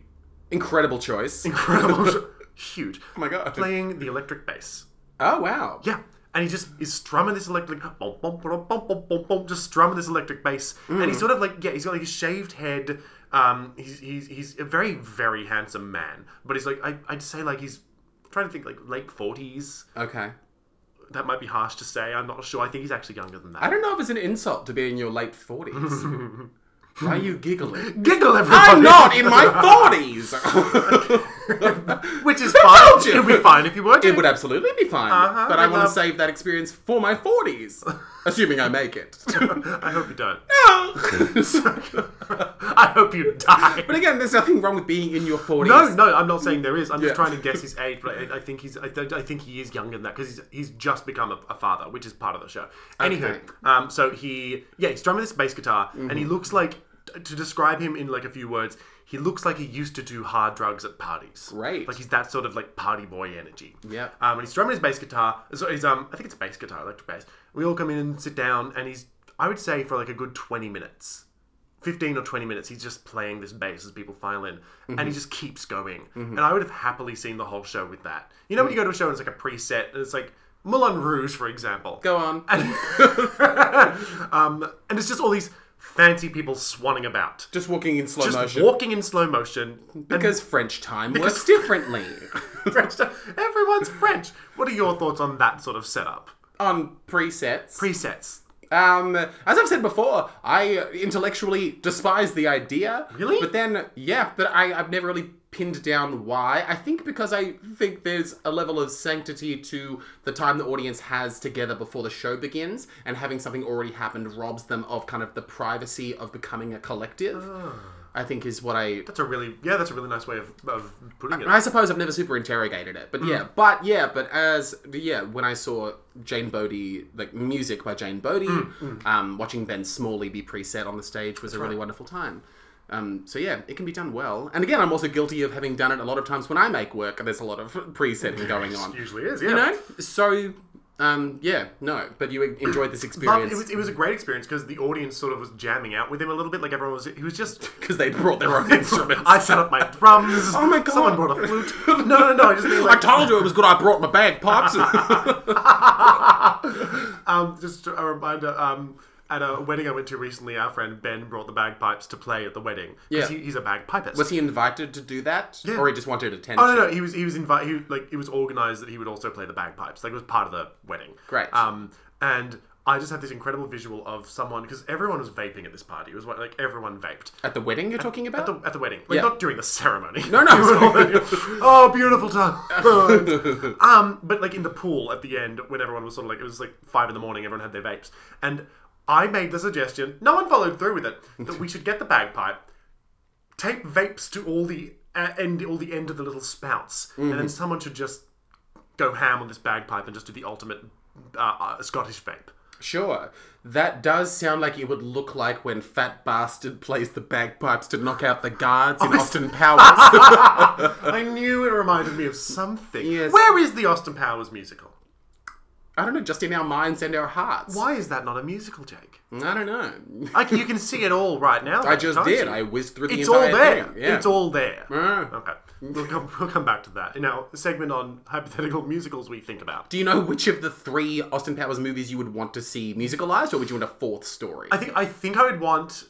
Speaker 1: Incredible choice.
Speaker 2: Incredible, huge. Oh
Speaker 1: my God.
Speaker 2: Playing the electric bass.
Speaker 1: Oh wow.
Speaker 2: Yeah. And he just is strumming this electric, bum, bum, bum, bum, bum, bum, bum, just strumming this electric bass. And
Speaker 1: Mm.
Speaker 2: he's sort of like, yeah, he's got like a shaved head. Um, he's, he's, he's a very, very handsome man. But he's like, I, I'd say like he's trying to think like late 40s.
Speaker 1: Okay.
Speaker 2: That might be harsh to say. I'm not sure. I think he's actually younger than that.
Speaker 1: I don't know if it's an insult to be in your late forties. Why are you giggling?
Speaker 2: Giggle, everybody!
Speaker 1: I'm not in my forties. it
Speaker 2: Which is fine.
Speaker 1: told you.
Speaker 2: It would be fine if you were to.
Speaker 1: would absolutely be fine,
Speaker 2: Uh-huh,
Speaker 1: but I
Speaker 2: I
Speaker 1: want
Speaker 2: love-
Speaker 1: to save that experience for my forties, assuming I make it.
Speaker 2: I hope you don't.
Speaker 1: No.
Speaker 2: I hope you die.
Speaker 1: but again, there's nothing wrong with being in your forties.
Speaker 2: No, no, I'm not saying there is. I'm just
Speaker 1: Yeah.
Speaker 2: trying to guess his age, but I, I think he's, I, don't- I think he is younger than that because he's, he's just become a, a father, which is part of the show. Anywho,
Speaker 1: Okay.
Speaker 2: um, so he, yeah, he's drumming this bass guitar, and
Speaker 1: Mm-hmm.
Speaker 2: he looks like, t- to describe him in like a few words, he looks like he used to do hard drugs at parties.
Speaker 1: Great.
Speaker 2: like he's that sort of like party boy energy.
Speaker 1: Yep.
Speaker 2: Um, and he's drumming his bass guitar. So he's um, I think it's bass guitar, electric bass. We all come in and sit down, and he's, I would say, for like a good twenty minutes. 15 or 20 minutes, he's just playing this bass as people file in, and
Speaker 1: Mm-hmm.
Speaker 2: he just keeps going. And I would have happily seen the whole show with that. You know, when you go to a show and it's like a preset, and it's like Moulin Rouge, for example.
Speaker 1: Go on.
Speaker 2: um, and it's just all these fancy people swanning about,
Speaker 1: Just walking in slow
Speaker 2: just
Speaker 1: motion
Speaker 2: walking in slow motion.
Speaker 1: because French time works differently.
Speaker 2: French, everyone's French. What are your thoughts on that sort of setup?
Speaker 1: on presets.
Speaker 2: Presets.
Speaker 1: Um, as I've said before, I intellectually despise the idea.
Speaker 2: Really?
Speaker 1: But then, yeah, but I, I've never really pinned down why. I think because I think there's a level of sanctity to the time the audience has together before the show begins, and having something already happened robs them of kind of the privacy of becoming a collective. I think is what I.
Speaker 2: That's a really, yeah, that's a really nice way of, of putting it.
Speaker 1: I suppose I've never super interrogated it,
Speaker 2: Mm.
Speaker 1: but yeah, but yeah, but as yeah, when I saw Jane Bodie, like music by Jane Bodie,
Speaker 2: Mm.
Speaker 1: um, watching Ben Smalley be preset on the stage was a really wonderful time. Um, so yeah, it can be done well. And again, I'm also guilty of having done it a lot of times when I make work, and there's a lot of presetting going on.
Speaker 2: Usually is, yeah.
Speaker 1: You know, so um, yeah, no, but you enjoyed this
Speaker 2: Um,
Speaker 1: experience
Speaker 2: it was it was a great experience because the audience sort of was jamming out with him a little bit. Like everyone was, he was just.
Speaker 1: because they brought their own instruments.
Speaker 2: I set up my drums.
Speaker 1: Oh my God.
Speaker 2: Someone brought a flute. No, no, no. I just mean
Speaker 1: I
Speaker 2: like
Speaker 1: told you it was good. I brought my bagpipes.
Speaker 2: um, just a reminder. Um, at a wedding I went to recently, our friend Ben brought the bagpipes to play at the wedding
Speaker 1: Yeah.
Speaker 2: because he, he's a bagpipist.
Speaker 1: was he invited to do that, or he just wanted attention?
Speaker 2: Oh no, no, he was he was invited. He, like it was organized that he would also play the bagpipes. Like it was part of the wedding.
Speaker 1: Great.
Speaker 2: Um, and I just have this incredible visual of someone because everyone was vaping at this party. It was like everyone vaped.
Speaker 1: At the wedding you're talking about?
Speaker 2: the- at the wedding, like
Speaker 1: Yeah.
Speaker 2: not during the ceremony.
Speaker 1: No, no, sorry.
Speaker 2: oh, beautiful time. um, but like in the pool at the end, when everyone was sort of like, it was like five in the morning, everyone had their vapes, and I made the suggestion. No one followed through with it. That we should get the bagpipe, tape vapes to all the uh, end, all the end of the little spouts, and
Speaker 1: Mm-hmm.
Speaker 2: then someone should just go ham on this bagpipe and just do the ultimate uh, uh, Scottish vape.
Speaker 1: Sure. That does sound like it would look like when Fat Bastard plays the bagpipes to knock out the guards in Austin Powers.
Speaker 2: I knew it reminded me of something.
Speaker 1: Uh. Yes.
Speaker 2: Where is the Austin Powers musical?
Speaker 1: I don't know, just in our minds and our hearts.
Speaker 2: Why is that not a musical, Jake?
Speaker 1: I don't know.
Speaker 2: Like you can see it all right now.
Speaker 1: I just did. I whizzed through the
Speaker 2: It's all
Speaker 1: entire
Speaker 2: there.
Speaker 1: thing. Yeah.
Speaker 2: It's all there.
Speaker 1: Mm.
Speaker 2: Okay, we'll come, we'll come back to that in our segment on hypothetical musicals we think about.
Speaker 1: Do you know which of the three Austin Powers movies you would want to see musicalized, or would you want a fourth story?
Speaker 2: I think I think I would want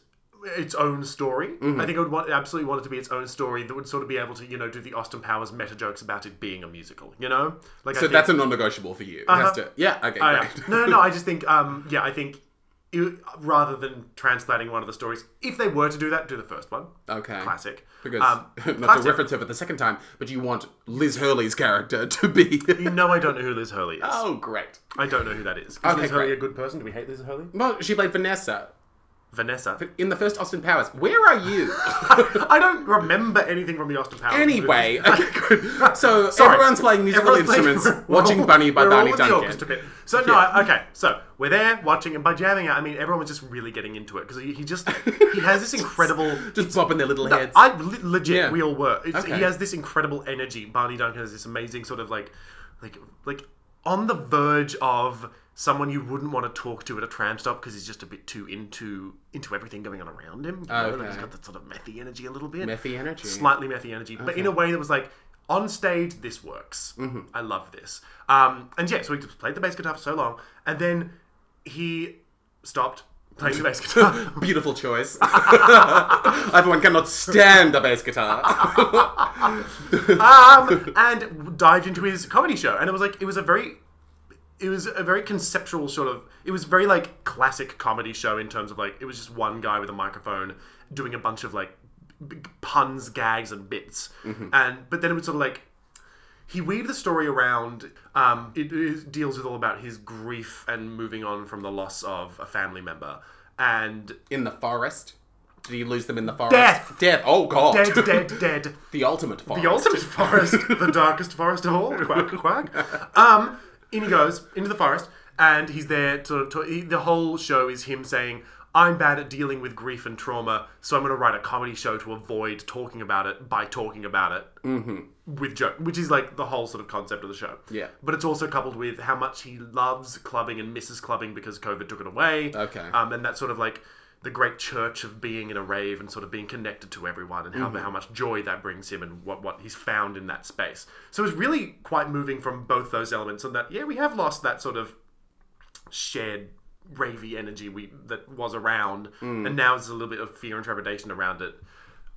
Speaker 2: its own story.
Speaker 1: Mm-hmm.
Speaker 2: I think I would want absolutely want it to be its own story that would sort of be able to you know do the Austin Powers meta jokes about it being a musical. You know, like
Speaker 1: so that's a non-negotiable for you. It has to. Yeah. Okay.
Speaker 2: Uh-huh. I,
Speaker 1: great.
Speaker 2: no, no, no. I just think um yeah I think. It, rather than translating one of the stories, if they were to do that, do the first one.
Speaker 1: Okay.
Speaker 2: Classic.
Speaker 1: Uh, Because
Speaker 2: Um,
Speaker 1: not
Speaker 2: classic.
Speaker 1: to reference over the second time, but you want Liz Hurley's character to be.
Speaker 2: You know I don't know who Liz Hurley is.
Speaker 1: oh, great.
Speaker 2: I don't know who that is. Is
Speaker 1: Okay,
Speaker 2: Liz Hurley
Speaker 1: great.
Speaker 2: a good person? Do we hate Liz Hurley?
Speaker 1: Well, she played Vanessa.
Speaker 2: Vanessa.
Speaker 1: in the first Austin Powers. Where are you?
Speaker 2: I don't remember anything from the Austin Powers.
Speaker 1: anyway,
Speaker 2: movies.
Speaker 1: okay, good. So
Speaker 2: Sorry.
Speaker 1: everyone's playing musical
Speaker 2: Everyone's playing-
Speaker 1: instruments,
Speaker 2: we're all-
Speaker 1: watching Bunny by
Speaker 2: we're all
Speaker 1: Barney
Speaker 2: in the orchestra
Speaker 1: Duncan.
Speaker 2: pit. So no, okay. So we're there watching, and by jamming out, I mean everyone was just really getting into it because he, he just he has this incredible.
Speaker 1: Just bopping their little heads.
Speaker 2: I le- legit,
Speaker 1: Yeah.
Speaker 2: we all were. It's,
Speaker 1: Okay.
Speaker 2: He has this incredible energy. Barney Duncan has this amazing sort of like, like, like on the verge of someone you wouldn't want to talk to at a tram stop because he's just a bit too into into everything going on around him. You know, like, he's
Speaker 1: Okay.
Speaker 2: got that sort of methy energy a little bit
Speaker 1: Methy energy.
Speaker 2: slightly methy energy, but in a way that was like on stage, this works.
Speaker 1: Mm-hmm.
Speaker 2: I love this. Um, and yeah, so he just played the bass guitar for so long, and then he stopped playing the bass guitar.
Speaker 1: Beautiful choice. Everyone cannot stand a bass guitar.
Speaker 2: um, and dived into his comedy show, and it was like it was a very it was a very conceptual sort of it was very like classic comedy show in terms of like it was just one guy with a microphone doing a bunch of like b- b- puns gags and bits and but then it was sort of like he weaved the story around um, it, it deals with all about his grief and moving on from the loss of a family member and
Speaker 1: in the forest? Did he lose them in the forest?
Speaker 2: Death.
Speaker 1: Death. Oh god.
Speaker 2: dead dead dead
Speaker 1: The ultimate forest.
Speaker 2: The ultimate forest, the darkest forest of all. Quack, quack. Um, in he goes into the forest, and he's there. Sort of, to, he, the whole show is him saying, "I'm bad at dealing with grief and trauma, so I'm going to write a comedy show to avoid talking about it by talking about it with joke, which is like the whole sort of concept of the show.
Speaker 1: Yeah.
Speaker 2: but it's also coupled with how much he loves clubbing and misses clubbing because COVID took it away.
Speaker 1: Okay.
Speaker 2: um, and that sort of like. The great church of being in a rave and sort of being connected to everyone, and how, how much joy that brings him, and what, what he's found in that space. So it's really quite moving from both those elements, and that yeah, we have lost that sort of shared ravey energy we that was around, and now there's a little bit of fear and trepidation around it.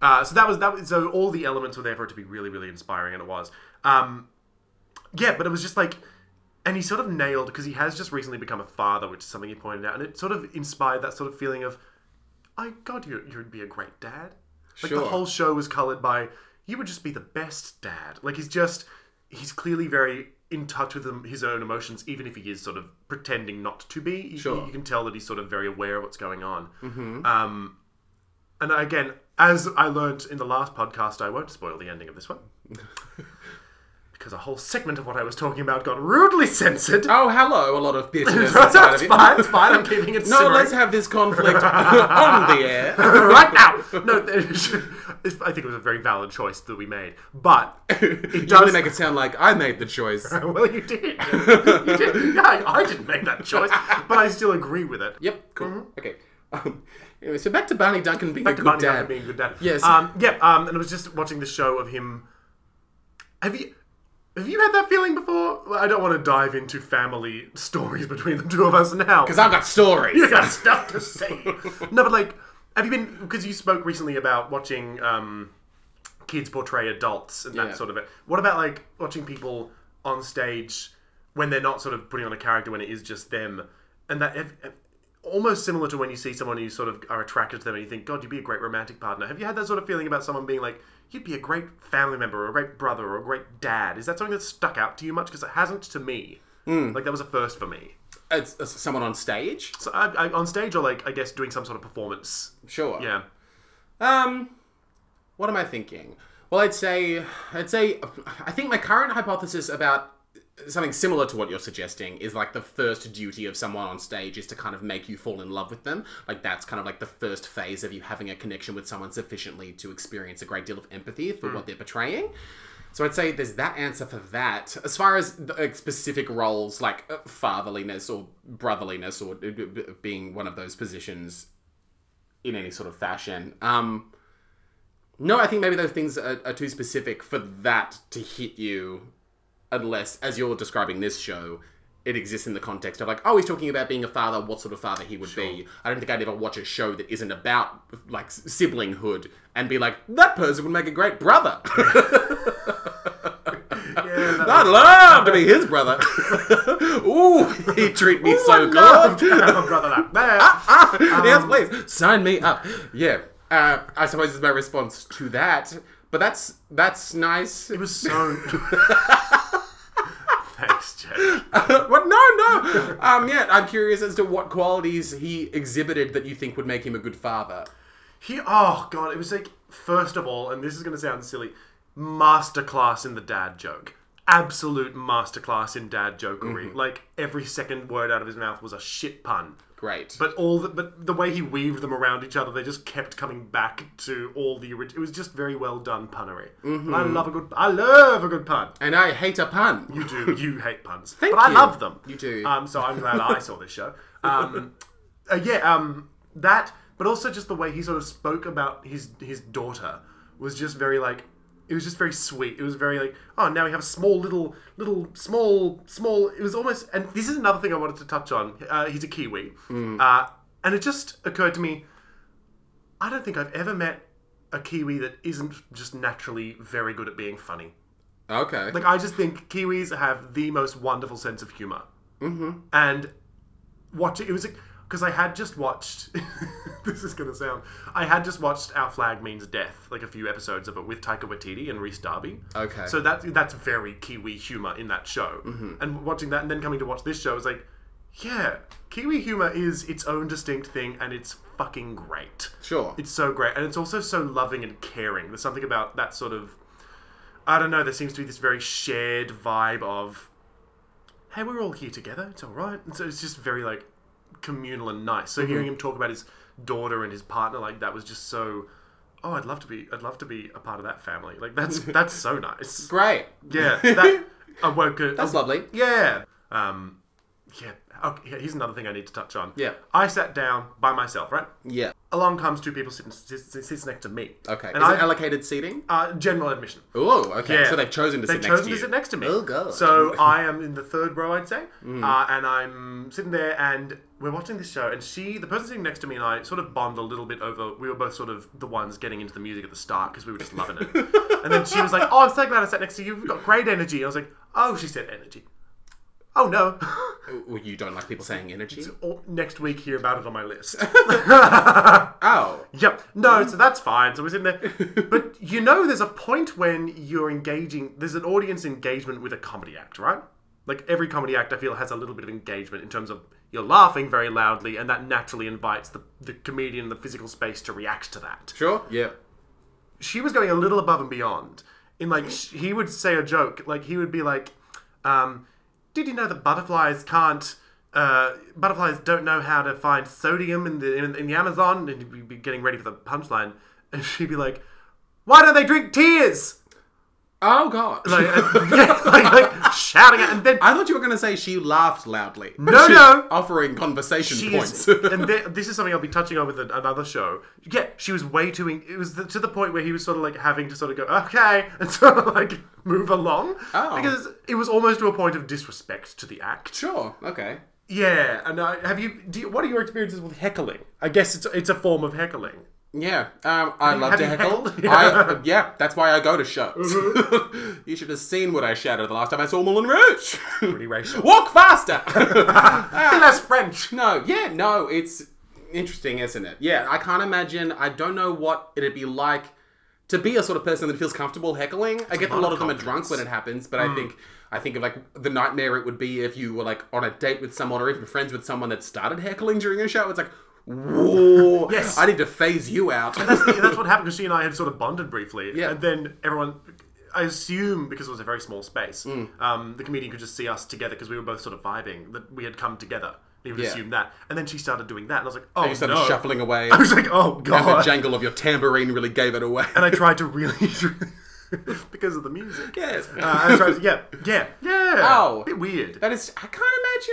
Speaker 2: Uh, so that was that. Was, so all the elements were there for it to be really, really inspiring, and it was. Um, yeah, but it was just like, and he sort of nailed because he has just recently become a father, which is something he pointed out, and it sort of inspired that sort of feeling of, I God, you you'd be a great dad. Like the
Speaker 1: Sure.
Speaker 2: whole show was colored by you would just be the best dad. Like he's just he's clearly very in touch with him, his own emotions, even if he is sort of pretending not to be. You-
Speaker 1: Sure. Mm-hmm.
Speaker 2: you can tell that he's sort of very aware of what's going on. Um, and again, as I learned in the last podcast, I won't spoil the ending of this one. because a whole segment of what I was talking about got rudely censored.
Speaker 1: Oh, hello, a lot of bitterness inside of
Speaker 2: That's
Speaker 1: it.
Speaker 2: fine, it's fine, I'm keeping it
Speaker 1: No,
Speaker 2: simmering.
Speaker 1: let's have this conflict on the air.
Speaker 2: right now. No, it's- I think it was a very valid choice that we made, but it
Speaker 1: You really
Speaker 2: does.
Speaker 1: make it sound like I made the choice.
Speaker 2: well, you did. You did. Yeah, I, I didn't make that choice, but I still agree with it.
Speaker 1: Yep, cool. Okay. Um, anyway, so back to Barney Duncan being a
Speaker 2: Mm-hmm. to
Speaker 1: good
Speaker 2: Barney
Speaker 1: dad.
Speaker 2: Duncan being a good dad.
Speaker 1: Yes.
Speaker 2: Um, yeah. Um, and I was just watching the show of him. Have you? Have you had that feeling before? Well, I don't want to dive into family stories between the two of us now.
Speaker 1: Because I've got stories.
Speaker 2: you got stuff to say. no, but like, have you been? Because you spoke recently about watching um, kids portray adults and that
Speaker 1: Yeah.
Speaker 2: sort of it. What about like watching people on stage when they're not sort of putting on a character when it is just them, and that if, if- almost similar to when you see someone who sort of are attracted to them and you think, God, you'd be a great romantic partner. Have you had that sort of feeling about someone being like? You'd be a great family member, or a great brother, or a great dad. Is that something that stuck out to you much? Because it hasn't to me. Like that was a first for me.
Speaker 1: It's, it's someone on stage?
Speaker 2: So I, I, on stage or like I guess doing some sort of performance.
Speaker 1: Sure.
Speaker 2: Yeah.
Speaker 1: Um, what am I thinking? Well, I'd say, I'd say, I think my current hypothesis about something similar to what you're suggesting is like the first duty of someone on stage is to kind of make you fall in love with them. Like that's kind of like the first phase of you having a connection with someone sufficiently to experience a great deal of empathy for what they're portraying. So I'd say there's that answer for that. As far as the, like, specific roles like uh, fatherliness or brotherliness or uh, b- b- being one of those positions in any sort of fashion. Um, no, I think maybe those things are, are too specific for that to hit you, unless, as you're describing this show, it exists in the context of like, oh, he's talking about being a father, what sort of father he would be. I don't think I'd ever watch a show that isn't about like s- siblinghood and be like, that person would make a great brother.
Speaker 2: Yeah.
Speaker 1: I'd love to be his brother. Ooh, he'd treat me so good.
Speaker 2: brother that. Ah,
Speaker 1: ah, yes, please sign me up. Yeah, uh, I suppose is my response to that. But that's that's nice.
Speaker 2: It was so Thanks, Jake.
Speaker 1: what? No, no. Um, yeah, I'm curious as to what qualities he exhibited that you think would make him a good father.
Speaker 2: He, oh god, it was like first of all, and this is going to sound silly, masterclass in the dad joke. Absolute masterclass in dad jokery.
Speaker 1: Mm-hmm.
Speaker 2: Like every second word out of his mouth was a shit pun.
Speaker 1: Great.
Speaker 2: But all the, but the way he weaved them around each other, they just kept coming back to all the original. It was just very well done punnery. And I love a good. I love a good pun.
Speaker 1: and I hate a pun.
Speaker 2: You do. You hate puns,
Speaker 1: Thank
Speaker 2: but I
Speaker 1: you.
Speaker 2: love them.
Speaker 1: You do.
Speaker 2: Um, so I'm glad I saw this show. Um, uh, yeah. Um, that, but also just the way he sort of spoke about his his daughter was just very like. It was just very sweet. It was very like, oh, now we have a small little, little, small, small. It was almost, and this is another thing I wanted to touch on. Uh, he's a Kiwi,
Speaker 1: Mm.
Speaker 2: uh, and it just occurred to me, I don't think I've ever met a Kiwi that isn't just naturally very good at being funny.
Speaker 1: Okay.
Speaker 2: Like I just think Kiwis have the most wonderful sense of humor. Mm-hmm. And watching it was because I had just watched. this is gonna sound. I had just watched Our Flag Means Death, like a few episodes of it with Taika Waititi and Reese Darby.
Speaker 1: Okay.
Speaker 2: So that that's very Kiwi humor in that show. Mm-hmm. And watching that and then coming to watch this show is like, yeah, Kiwi humor is its own distinct thing and it's fucking great.
Speaker 1: sure.
Speaker 2: It's so great, and it's also so loving and caring. There's something about that sort of, I don't know. There seems to be this very shared vibe of, hey, we're all here together. It's all right. And so it's just very like communal and nice.
Speaker 1: Mm-hmm.
Speaker 2: So hearing him talk about his daughter and his partner like that was just so. Oh, I'd love to be. I'd love to be a part of that family. Like that's that's so nice.
Speaker 1: Great.
Speaker 2: Yeah, that I woke.
Speaker 1: That's lovely.
Speaker 2: Yeah. Um, yeah. Okay, here- here's another thing I need to touch on.
Speaker 1: Yeah.
Speaker 2: I sat down by myself, right?
Speaker 1: Yeah.
Speaker 2: along comes two people sitting sits, sits next to me.
Speaker 1: Okay.
Speaker 2: and
Speaker 1: Is
Speaker 2: I
Speaker 1: it allocated seating?
Speaker 2: uh, general admission.
Speaker 1: Oh, okay.
Speaker 2: Yeah.
Speaker 1: So they've chosen to
Speaker 2: They've
Speaker 1: sit next
Speaker 2: chosen
Speaker 1: to you.
Speaker 2: to sit next to me.
Speaker 1: Oh, God. Mm.
Speaker 2: So I am in the third row, I'd say, uh, and I'm sitting there, and we're watching this show, and she, the person sitting next to me, and I sort of bond a little bit over. We were both sort of the ones getting into the music at the start because we were just loving it. and then she was like, "Oh, I'm so glad I sat next to you. You've got great energy." I was like, "Oh," she said, "Energy." Oh no.
Speaker 1: Well, you don't like people saying energy.
Speaker 2: Or Next week, hear about it on my list.
Speaker 1: Oh.
Speaker 2: Yep. No, so that's fine. So we're sitting there. But you know, there's a point when you're engaging, there's an audience engagement with a comedy act, right? Like every comedy act, I feel, has a little bit of engagement in terms of you're laughing very loudly, and that naturally invites the, the comedian and the physical space to react to that
Speaker 1: Sure. Yeah.
Speaker 2: she was going a little above and beyond. In like, sh- he would say a joke. Like he would be like, um, "Did you know that butterflies can't? Uh, butterflies don't know how to find sodium in the in, in the Amazon." And we'd be getting ready for the punchline, and she'd be like, "Why don't they drink tears?"
Speaker 1: Oh God.
Speaker 2: Like, uh, and- yeah, like, like shouting it, and then
Speaker 1: I thought you were going to say she laughed loudly.
Speaker 2: No,
Speaker 1: She's
Speaker 2: no.
Speaker 1: Offering conversation
Speaker 2: she
Speaker 1: points.
Speaker 2: is, and th- this is something I'll be touching on with an- another show. Yeah, she was way too. In- it was the, to the point where he was sort of like having to sort of go okay and sort of like move along
Speaker 1: Oh.
Speaker 2: because it was almost to a point of disrespect to the act.
Speaker 1: sure. Okay.
Speaker 2: Yeah, and I have you, do you- What are your experiences with heckling? I guess it's it's a form of heckling.
Speaker 1: Yeah, um, I love
Speaker 2: have
Speaker 1: to
Speaker 2: you
Speaker 1: heckle.
Speaker 2: heckled?
Speaker 1: I, yeah, that's why I go to shows. you should have seen what I shouted the last time I saw Moulin Rouge.
Speaker 2: Mm-hmm. Pretty racial.
Speaker 1: Walk faster. Ah,
Speaker 2: I think that's French.
Speaker 1: no, yeah, no, it's interesting, isn't it? Yeah, I can't imagine. I don't know what it'd be like to be a sort of person that feels comfortable heckling. I get a lot of them are drunk when it happens, but
Speaker 2: Hmm.
Speaker 1: I think I think of like the nightmare it would be if you were like on a date with someone or even friends with someone that started heckling during a show. It's like. Whoa!
Speaker 2: Yes.
Speaker 1: I need to phase you out.
Speaker 2: Yeah, that's what happened because she and I had sort of bonded briefly.
Speaker 1: Yeah.
Speaker 2: And then everyone, I assume because it was a very small space,
Speaker 1: Mm.
Speaker 2: um, the comedian could just see us together because we were both sort of vibing that we had come together. He would
Speaker 1: Yeah.
Speaker 2: assume that. And then she started doing that. And I was like, oh,
Speaker 1: You started
Speaker 2: no.
Speaker 1: shuffling away.
Speaker 2: I was like, oh,
Speaker 1: and the
Speaker 2: God.
Speaker 1: jangle of your tambourine really gave it away.
Speaker 2: and I tried to really, because of the music.
Speaker 1: yes.
Speaker 2: Uh, I tried to, yeah, yeah, yeah.
Speaker 1: Ow.
Speaker 2: Bit weird.
Speaker 1: that is, I can't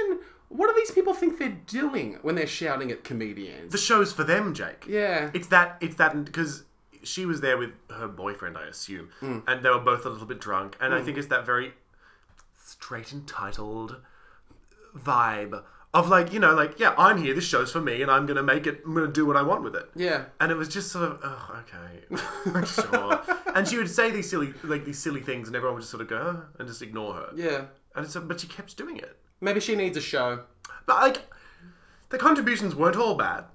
Speaker 1: imagine what do these people think they're doing when they're shouting at comedians?
Speaker 2: the show's for them, Jake.
Speaker 1: Yeah.
Speaker 2: It's that. It's that because she was there with her boyfriend, I assume,
Speaker 1: Mm.
Speaker 2: and they were both a little bit drunk. And I think it's that very straight entitled vibe of like you know like yeah I'm here this show's for me and I'm gonna make it I'm gonna do what I want with it
Speaker 1: Yeah.
Speaker 2: and it was just sort of oh okay sure and she would say these silly like these silly things and everyone would just sort of go "Oh," and just ignore her
Speaker 1: yeah.
Speaker 2: and it's but she kept doing it
Speaker 1: Maybe she needs a show.
Speaker 2: but like, the contributions weren't all bad.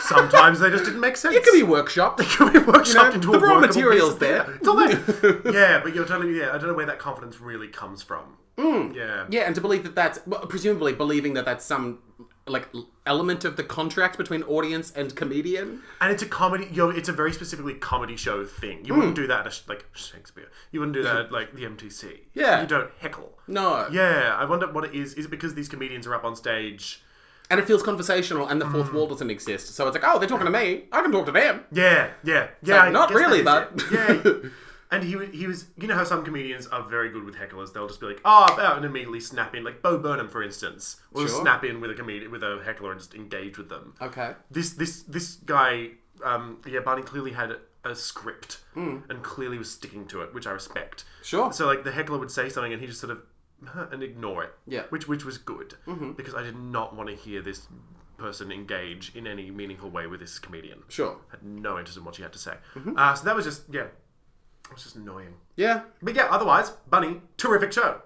Speaker 2: Sometimes they just didn't make sense.
Speaker 1: It could be workshopped.
Speaker 2: Can we workshop
Speaker 1: You know,
Speaker 2: into
Speaker 1: the
Speaker 2: a
Speaker 1: raw
Speaker 2: workable
Speaker 1: material's
Speaker 2: piece? Yeah,
Speaker 1: there.
Speaker 2: it's all there. yeah, but you're telling me, yeah, I don't know where that confidence really comes from. Yeah.
Speaker 1: Yeah, and to believe that that's well, presumably believing that that's some like l- element of the contract between audience and comedian.
Speaker 2: and it's a comedy. You know, it's a very specifically comedy show thing. You wouldn't do that at a, sh- like Shakespeare. You wouldn't do that at, like the MTC.
Speaker 1: Yeah.
Speaker 2: you don't heckle.
Speaker 1: No.
Speaker 2: Yeah, I wonder what it is. Is it because these comedians are up on stage?
Speaker 1: And it feels conversational, and the fourth
Speaker 2: Mm.
Speaker 1: wall doesn't exist. So it's like, oh, they're talking to me. I can talk to them.
Speaker 2: Yeah, yeah, yeah.
Speaker 1: like,
Speaker 2: I
Speaker 1: not
Speaker 2: guess that
Speaker 1: really,
Speaker 2: is
Speaker 1: but-
Speaker 2: it. yeah. And he wa- he was, you know how some comedians are very good with hecklers. They'll just be like, "Oh," about," and immediately snap in. Like Bo Burnham, for instance, will
Speaker 1: Sure.
Speaker 2: snap in with a comedian with a heckler and just engage with them.
Speaker 1: Okay.
Speaker 2: This this this guy, um, yeah, Barney clearly had a script and clearly was sticking to it, which I respect.
Speaker 1: Hmm. Sure.
Speaker 2: So like the heckler would say something and he just sort of "Huh," and ignore it.
Speaker 1: Yeah. Mm-hmm.
Speaker 2: Which which was good because I did not want to hear this person engage in any meaningful way with this comedian
Speaker 1: Sure.
Speaker 2: had no interest in what she had to say. Uh, so that was just yeah, it was just annoying.
Speaker 1: Yeah.
Speaker 2: But yeah, otherwise, Bunny, terrific show.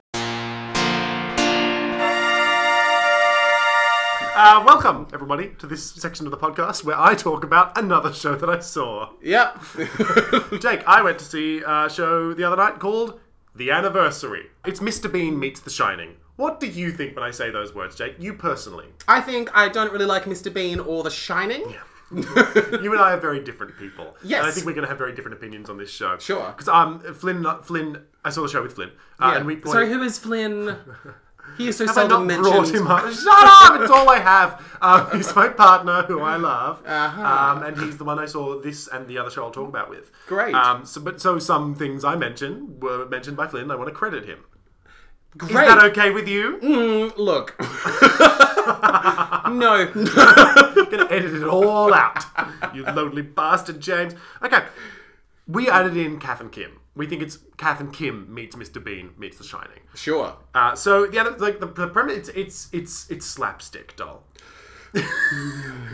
Speaker 2: Uh, welcome everybody to this section of the podcast where I talk about another show that I saw.
Speaker 1: Yep.
Speaker 2: Jake, I went to see a show the other night called The Anniversary. It's Mr. Bean meets The Shining. What do you think when I say those words, Jake? You personally.
Speaker 1: I think I don't really like Mr. Bean or The Shining.
Speaker 2: you and I are very different people.
Speaker 1: Yes.
Speaker 2: And I think we're going to have very different opinions on this show.
Speaker 1: Sure.
Speaker 2: Because um, Flynn, Flynn, I saw the show with Flynn, uh, and we pointed,
Speaker 1: Sorry, who is Flynn? He is so
Speaker 2: have I
Speaker 1: seldom
Speaker 2: not brought
Speaker 1: mentioned.
Speaker 2: him up? Shut up! It's all I have. Um, he's my partner, who I love,
Speaker 1: Uh-huh.
Speaker 2: um, and he's the one I saw this and the other show I'll talk about with.
Speaker 1: Great.
Speaker 2: Um, so, but so some things I mentioned were mentioned by Flynn. I want to credit him. Is
Speaker 1: Great.
Speaker 2: that okay with you?
Speaker 1: Look. no.
Speaker 2: gonna edit it all out. You lonely bastard, James. Okay. We added in Kath and Kim. We think it's Kath and Kim meets Mr. Bean meets The Shining.
Speaker 1: sure.
Speaker 2: Uh, so the other, like the, the premise, it's it's it's it's slapstick, doll. so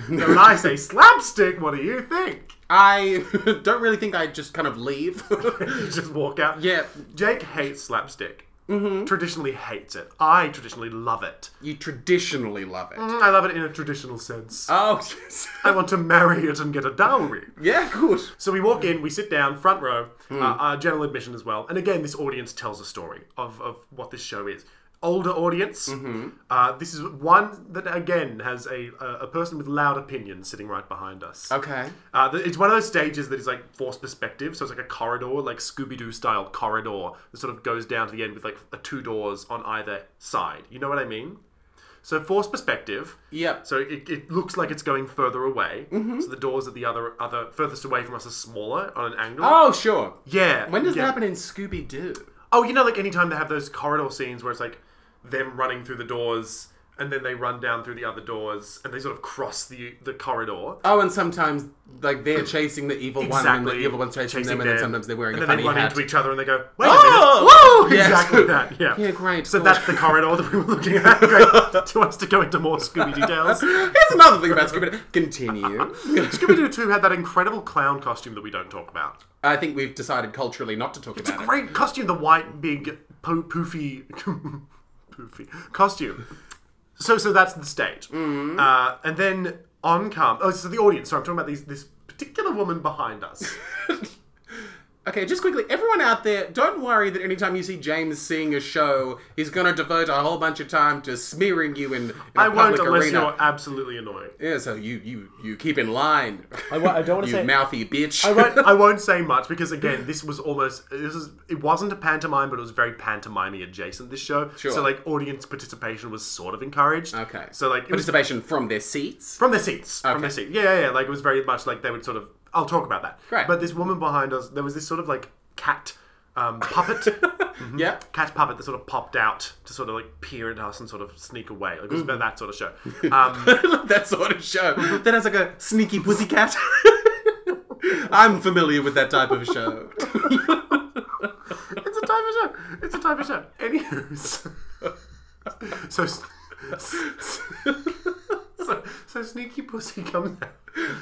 Speaker 2: when I say slapstick, what do you think?
Speaker 1: I don't really think I just kind of leave.
Speaker 2: You just walk out.
Speaker 1: Yeah.
Speaker 2: Jake hates slapstick. Traditionally hates it. I traditionally love it.
Speaker 1: you traditionally love it.
Speaker 2: I love it in a traditional sense.
Speaker 1: Oh, yes.
Speaker 2: I want to marry it and get a dowry.
Speaker 1: yeah, good.
Speaker 2: So we walk in, we sit down, front row, uh, uh, general admission as well. And again, this audience tells a story of, of what this show is. Older audience. Uh, this is one that again has a, a a person with loud opinions sitting right behind us.
Speaker 1: Okay.
Speaker 2: Uh, th- it's one of those stages that is like forced perspective, so it's like a corridor, like Scooby Doo style corridor that sort of goes down to the end with like uh, two doors on either side. You know what I mean? So forced perspective.
Speaker 1: Yep. Mm-hmm.
Speaker 2: So it, it looks like it's going further away. So the doors at the other other furthest away from us are smaller on an angle.
Speaker 1: Oh, sure.
Speaker 2: yeah.
Speaker 1: When does
Speaker 2: yeah.
Speaker 1: that happen in Scooby Doo?
Speaker 2: Oh, you know, like anytime they have those corridor scenes where it's like them running through the doors and then they run down through the other doors and they sort of cross the the corridor.
Speaker 1: Oh, and sometimes like they're chasing the evil one, and the evil one's chasing, them, and then
Speaker 2: them.
Speaker 1: sometimes they're wearing
Speaker 2: and
Speaker 1: a
Speaker 2: then
Speaker 1: funny
Speaker 2: they run
Speaker 1: hat.
Speaker 2: into each other and they go, "Wait
Speaker 1: Oh!
Speaker 2: a minute!" Woo!
Speaker 1: Yes.
Speaker 2: Exactly that. Yeah.
Speaker 1: Yeah, great.
Speaker 2: So
Speaker 1: Cool.
Speaker 2: that's the corridor that we were looking at. Great. Two wants to go into more Scooby details.
Speaker 1: Here's another thing about Scooby Doo. Continue.
Speaker 2: Scooby Doo 2 had that incredible clown costume that we don't talk about.
Speaker 1: I think we've decided culturally not to talk
Speaker 2: It's a
Speaker 1: about
Speaker 2: great costume, the white, big, po- poofy, poofy costume. So, so that's the stage.
Speaker 1: Mm-hmm.
Speaker 2: Uh, and then on come, oh, so the audience. Sorry, I'm talking about these, this particular woman behind us.
Speaker 1: it. Okay, just quickly, everyone out there, don't worry that anytime you see James seeing a show, he's going to devote a whole bunch of time to smearing you in, in a
Speaker 2: I won't
Speaker 1: public
Speaker 2: unless
Speaker 1: arena.
Speaker 2: you're absolutely annoying.
Speaker 1: Yeah, so you you you keep in line.
Speaker 3: I, wa- I don't want
Speaker 1: you
Speaker 3: to say.
Speaker 1: mouthy bitch.
Speaker 3: I won't,
Speaker 2: I won't say much because again, this was almost this is it wasn't a pantomime, but it was very pantomime adjacent. This show,
Speaker 1: Sure.
Speaker 2: so like audience participation was sort of encouraged.
Speaker 1: okay.
Speaker 2: so like it was
Speaker 1: participation from their seats.
Speaker 2: from their seats, from
Speaker 1: Okay.
Speaker 2: their seat. Yeah, yeah, yeah. Like it was very much like they would sort of. I'll talk about that.
Speaker 1: Great.
Speaker 2: But this woman behind us, there was this sort of like cat um, puppet.
Speaker 1: Yeah.
Speaker 2: Cat puppet that sort of popped out to sort of like peer at us and sort of sneak away. Like it was
Speaker 1: Mm-hmm.
Speaker 2: about that sort of show. Um,
Speaker 1: that sort of show. That has like a sneaky pussycat. I'm familiar with that type of show.
Speaker 2: It's a type of show. It's a type of show. Anywho, so so, so, so sneaky pussy comes out.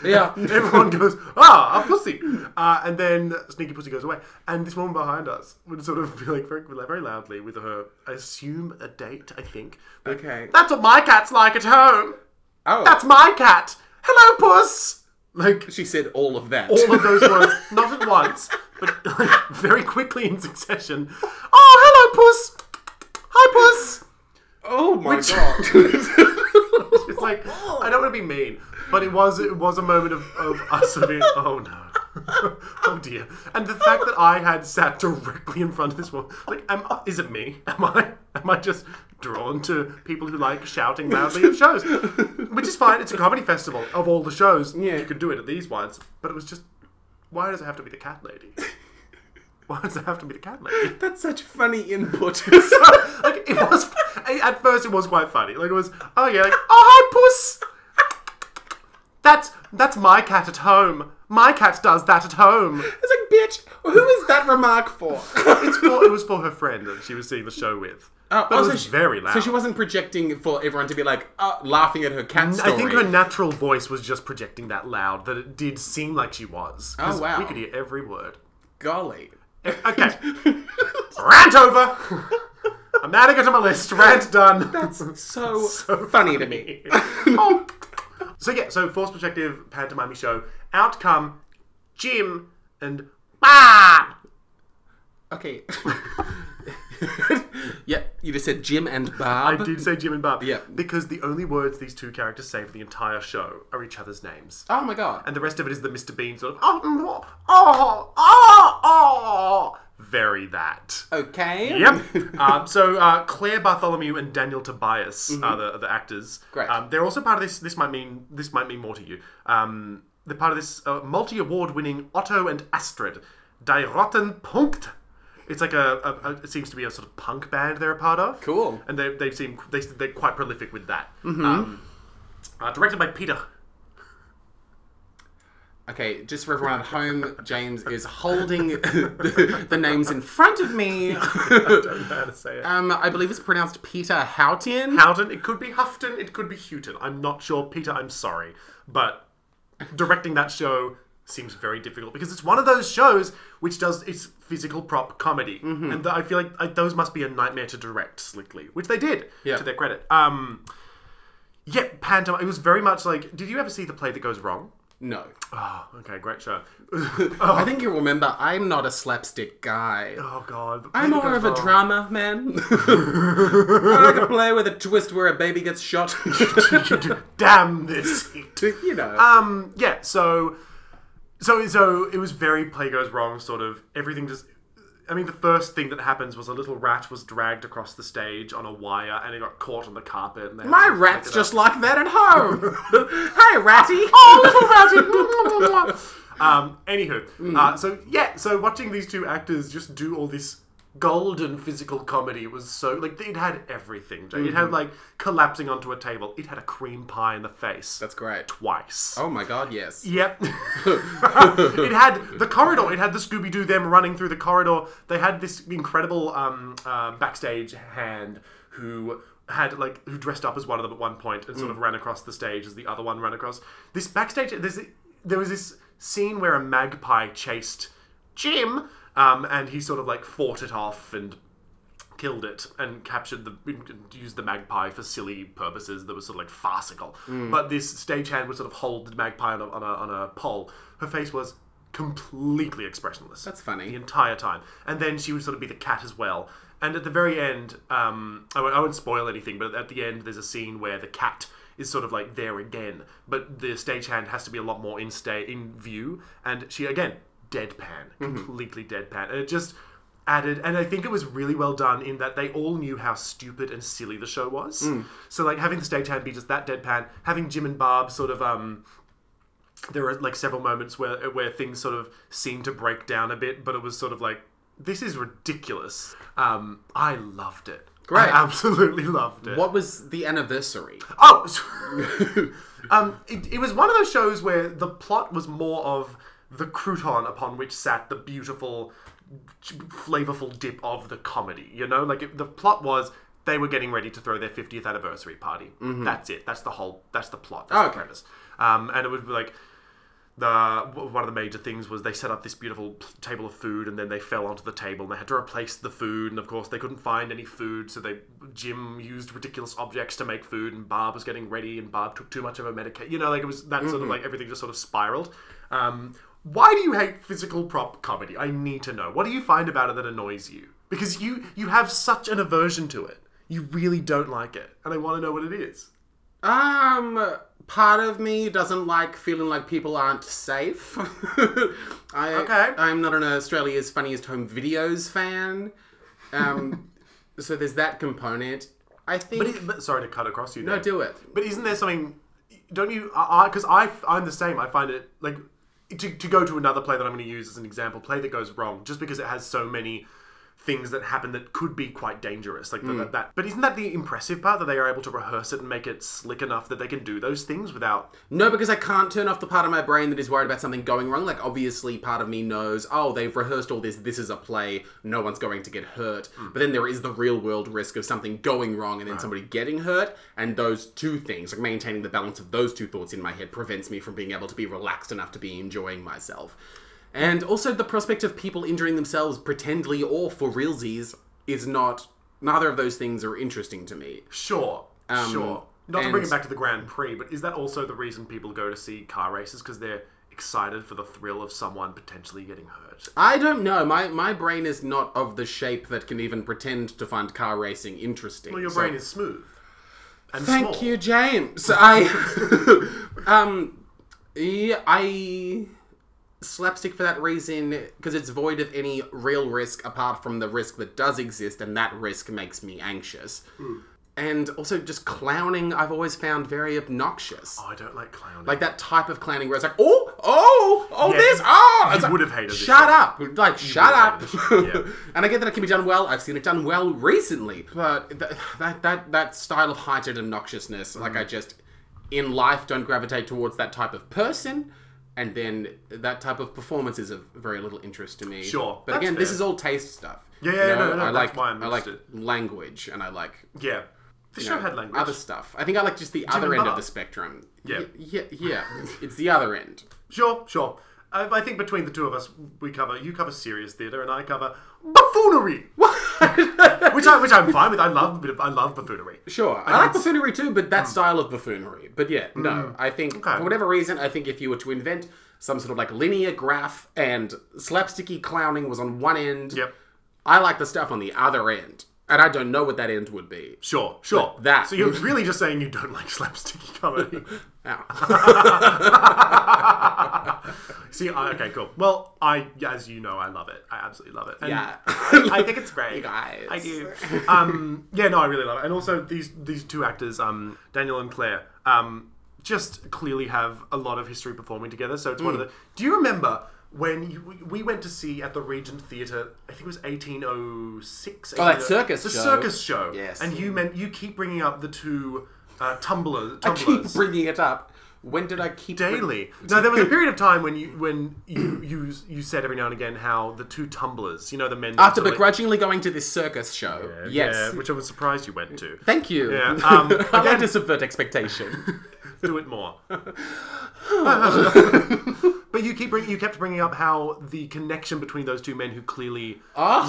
Speaker 1: yeah.
Speaker 2: Everyone goes, ah, a pussy, uh, and then sneaky pussy goes away. And this woman behind us would sort of be like very, very loudly with her, I assume a date, I think.
Speaker 1: Okay.
Speaker 2: That's what my cat's like at home.
Speaker 1: Oh.
Speaker 2: That's my cat. Hello, puss. Like
Speaker 1: She said all of that.
Speaker 2: all of those words, not at once, but like, very quickly in succession. Oh, hello, puss. Hi, puss.
Speaker 1: oh my god.
Speaker 2: It's like I don't want to be mean, but it was it was a moment of, of us being oh no. oh dear! And the fact that I had sat directly in front of this woman, like, am I, is it me? Am I? Am I just drawn to people who like shouting loudly at shows? Which is fine. It's a comedy festival. Of all the shows,
Speaker 1: Yeah.
Speaker 2: you could do it at these ones. But it was just, why does it have to be the cat lady? Why does it have to be the cat lady?
Speaker 1: That's such funny input.
Speaker 2: like it was at first it was quite funny. Like it was oh yeah, like oh hi puss. That's that's my cat at home. My cat does that at home.
Speaker 1: It's like, bitch, who is that remark for?
Speaker 2: It's for, it was for her friend that she was seeing the show with.
Speaker 1: Oh,
Speaker 2: but it
Speaker 1: oh, so
Speaker 2: was
Speaker 1: she-
Speaker 2: very loud.
Speaker 1: So she wasn't projecting for everyone to be like uh, laughing at her cat story.
Speaker 2: I think her natural voice was just projecting that loud that it did seem like she was. 'Cause
Speaker 1: Oh, wow.
Speaker 2: We could hear every word.
Speaker 1: golly.
Speaker 2: Okay. Rant over. I'm adding it to my list. Rant done.
Speaker 1: So,
Speaker 2: So
Speaker 1: funny, to me.
Speaker 2: Oh. so yeah, so force perspective pantomime show. Outcome, Jim and Bob.
Speaker 1: okay. yeah, you just said Jim and
Speaker 2: I
Speaker 1: Bob.
Speaker 2: did say Jim and Bob.
Speaker 1: Yeah.
Speaker 2: Because the only words these two characters say for the entire show are each other's names.
Speaker 1: Oh my god.
Speaker 2: And the rest of it is the Mr. Bean sort of oh mm, oh oh oh, oh. very that.
Speaker 1: Okay.
Speaker 2: Yep. um, so uh, Claire Bartholomew and Daniel Tobias are the, are the actors.
Speaker 1: Mm-hmm. Great.
Speaker 2: Um, they're also part of this. This might mean this might mean more to you. Um, they're part of this uh, multi-award-winning Otto and Astrid, Die Rotten Punkt. It's like a, a, a- it seems to be a sort of punk band they're a part of.
Speaker 1: Cool. Mm-hmm.
Speaker 2: And they they seem they they're quite prolific with that. Um, uh, directed by Peter.
Speaker 1: Okay, just for everyone at home, James is holding the names in front of me.
Speaker 2: I don't know how to say it.
Speaker 1: um, I believe it's pronounced Peter Houghton.
Speaker 2: Houghton. It could be Houghton. It could be Houghton. I'm not sure. Peter, I'm sorry, but directing that show seems very difficult because it's one of those shows which does its physical prop comedy,
Speaker 1: Mm-hmm.
Speaker 2: and th- I feel like I, those must be a nightmare to direct slickly, which they did
Speaker 1: Yeah.
Speaker 2: to their credit. Um, yeah, pantomime. It was very much like. Did you ever see the play that goes wrong?
Speaker 1: no. Ah.
Speaker 2: Oh, okay, great show.
Speaker 1: I think you'll remember I'm not a slapstick guy.
Speaker 2: Oh God, The Play
Speaker 1: I'm
Speaker 2: That
Speaker 1: more
Speaker 2: Goes
Speaker 1: of a
Speaker 2: Wrong.
Speaker 1: drama man. I like a play with a twist where a baby gets shot.
Speaker 2: Damn this heat.
Speaker 1: you know.
Speaker 2: um yeah so so so it was very play goes wrong sort of everything just i mean the first thing that happens was a little rat was dragged across the stage on a wire and it got caught on the carpet and they had
Speaker 1: My
Speaker 2: to pick
Speaker 1: rat's
Speaker 2: it
Speaker 1: just like that at home. hey, ratty.
Speaker 2: Oh, little ratty. um, anywho,
Speaker 1: Hmm.
Speaker 2: uh, so yeah, so watching these two actors just do all this golden physical comedy was so like it had everything. Jane. It
Speaker 1: Mm-hmm.
Speaker 2: had like collapsing onto a table. It had a cream pie in the face.
Speaker 1: That's great.
Speaker 2: twice.
Speaker 1: Oh my god, yes.
Speaker 2: Yep. it had the corridor. It had the Scooby Doo them running through the corridor. They had this incredible um, uh, backstage hand who had like who dressed up as one of them at one point and sort of ran across the stage as the other one ran across. This backstage, there's there was this scene where a magpie chased Jim, um, and he sort of like fought it off and killed it and captured the used the magpie for silly purposes that was sort of like farcical. But this stagehand would sort of hold the magpie on a, on a on a pole. Her face was completely expressionless.
Speaker 1: That's funny.
Speaker 2: The entire time, and then she would sort of be the cat as well. And at the very end, um, I, won't, I won't spoil anything, but at the end, there's a scene where the cat is sort of like there again, but the stagehand has to be a lot more in stay in view, and she again deadpan, completely deadpan, and it just added and i think it was really well done in that they all knew how stupid and silly the show was so like having the stagehand be just that deadpan having jim and barb sort of um there are like several moments where where things sort of seemed to break down a bit but it was sort of like this is ridiculous um i loved it
Speaker 1: Great.
Speaker 2: I absolutely loved it
Speaker 1: What was the anniversary?
Speaker 2: Oh, so- um, it, it was one of those shows where the plot was more of the crouton upon which sat the beautiful, ch- flavorful dip of the comedy. You know, like it, the plot was they were getting ready to throw their 50th anniversary party. That's it. That's the whole. That's the plot. That's the
Speaker 1: Mm-hmm. Okay.
Speaker 2: premise. Um, and it would be like the w- one of the major things was they set up this beautiful p- table of food, and then they fell onto the table, and they had to replace the food. And of course, they couldn't find any food, so they Jim used ridiculous objects to make food, and Barb was getting ready, and Barb took too much of her medication. You know, like it was that sort of like everything just sort of spiraled. Um, why do you hate physical prop comedy? I need to know. What do you find about it that annoys you? Because you you have such an aversion to it. You really don't like it, and I want to know what it is.
Speaker 1: Um, part of me doesn't like feeling like people aren't safe. I,
Speaker 2: Okay.
Speaker 1: I'm not an Australia's Funniest Home Videos fan. Um, so there's that component. I think.
Speaker 2: But, it, but sorry to cut across you.
Speaker 1: no, do it.
Speaker 2: But isn't there something? Don't you? I because I, I'm the same. I find it like to, to go to another play that I'm going to use as an example. Play that goes wrong just because it has so many things that happen that could be quite dangerous
Speaker 1: Hmm.
Speaker 2: like the, that, that but isn't that the impressive part that they are able to rehearse it and make it slick enough that they can do those things without
Speaker 1: No, because I can't turn off the part of my brain that is worried about something going wrong. Like, obviously, part of me knows, oh, they've rehearsed all this, this is a play, no one's going to get hurt. But then there is the real world risk of something going wrong and then somebody getting hurt. And those two things, like maintaining the balance of those two thoughts in my head, prevents me from being able to be relaxed enough to be enjoying myself. And also, the prospect of people injuring themselves, pretendly or for realsies, is not. Neither of those things are interesting to me.
Speaker 2: sure sure not to bring
Speaker 1: Um, and-
Speaker 2: it back to the grand prix but is that also the reason people go to see car races because they're excited for the thrill of someone potentially getting hurt
Speaker 1: I don't know. My my brain is not of the shape that can even pretend to find car racing interesting.
Speaker 2: your
Speaker 1: so-
Speaker 2: brain is smooth and
Speaker 1: Thank
Speaker 2: small.
Speaker 1: you, James. I um yeah, I slapstick for that reason because it's void of any real risk apart from the risk that does exist and that risk makes me anxious.
Speaker 2: Hmm.
Speaker 1: And also just clowning I've always found very obnoxious.
Speaker 2: Oh, I don't like clowning.
Speaker 1: Like that type of clowning where it's like, oh, oh, oh,
Speaker 2: Yeah,
Speaker 1: this,
Speaker 2: you-
Speaker 1: oh.
Speaker 2: you
Speaker 1: It's like,
Speaker 2: would have hated this
Speaker 1: Shut
Speaker 2: show.
Speaker 1: up. Like, shut up.
Speaker 2: have hated this show, yeah.
Speaker 1: and I get that it can be done well. I've seen it done well recently. But th- that, that, that style of heightened obnoxiousness, like,
Speaker 2: Mm.
Speaker 1: I just, in life, don't gravitate towards that type of person. And then that type of performance is of very little interest to me.
Speaker 2: Sure,
Speaker 1: But
Speaker 2: that's
Speaker 1: again, this
Speaker 2: fair.
Speaker 1: is all taste stuff.
Speaker 2: Yeah,
Speaker 1: You
Speaker 2: yeah,
Speaker 1: know,
Speaker 2: no, no,
Speaker 1: I
Speaker 2: that's
Speaker 1: like,
Speaker 2: why I missed
Speaker 1: I like
Speaker 2: it.
Speaker 1: language and I like
Speaker 2: Yeah. The show had language.
Speaker 1: other stuff. I think I like just the other
Speaker 2: and
Speaker 1: end of
Speaker 2: Bob.
Speaker 1: the spectrum.
Speaker 2: Yeah.
Speaker 1: Y- yeah, yeah. it's the other end.
Speaker 2: Sure, sure. I, I think between the two of us, we cover. You cover serious theatre, and I cover buffoonery, which I which I'm fine with. I love a bit of I love buffoonery.
Speaker 1: Sure, I like buffoonery too, but
Speaker 2: Hmm.
Speaker 1: that style of buffoonery. But yeah, no, I think for whatever reason, I think if you were to invent some sort of like linear graph and slapsticky clowning was on one end,
Speaker 2: Yep.
Speaker 1: I like the stuff on the other end, and I don't know what that end would be.
Speaker 2: Sure, sure.
Speaker 1: that-
Speaker 2: So you're really just saying you don't like slapsticky comedy.
Speaker 1: Ow.
Speaker 2: See, I, okay, cool. Well, I as you know, I love it. I absolutely love it. And
Speaker 1: Yeah.
Speaker 2: I think it's great.
Speaker 1: You guys.
Speaker 2: I do. Um, yeah, no, I really love it. And also these these two actors, um, Daniel and Claire, um, just clearly have a lot of history performing together. So it's one
Speaker 1: Mm.
Speaker 2: of the. Do you remember? When you, we- we went to see at the Regent Theatre, I think it was 1806. Oh,
Speaker 1: that circus
Speaker 2: The
Speaker 1: show.
Speaker 2: circus show.
Speaker 1: Yes.
Speaker 2: And you meant you keep bringing up the two uh, tumblers.
Speaker 1: I keep
Speaker 2: tumblers
Speaker 1: bringing it up. When did I keep bring-
Speaker 2: daily. No, there was a period of time when you when you you you said every now and again how the two tumblers, you know, the men
Speaker 1: after
Speaker 2: sort of
Speaker 1: begrudgingly going to this circus show?
Speaker 2: like-
Speaker 1: yes.
Speaker 2: yeah, which I was surprised you went to.
Speaker 1: Thank you.
Speaker 2: Yeah, um,
Speaker 1: I like to subvert expectation.
Speaker 2: Do it more. but you keep bring, you kept bringing up how the connection between those two men who clearly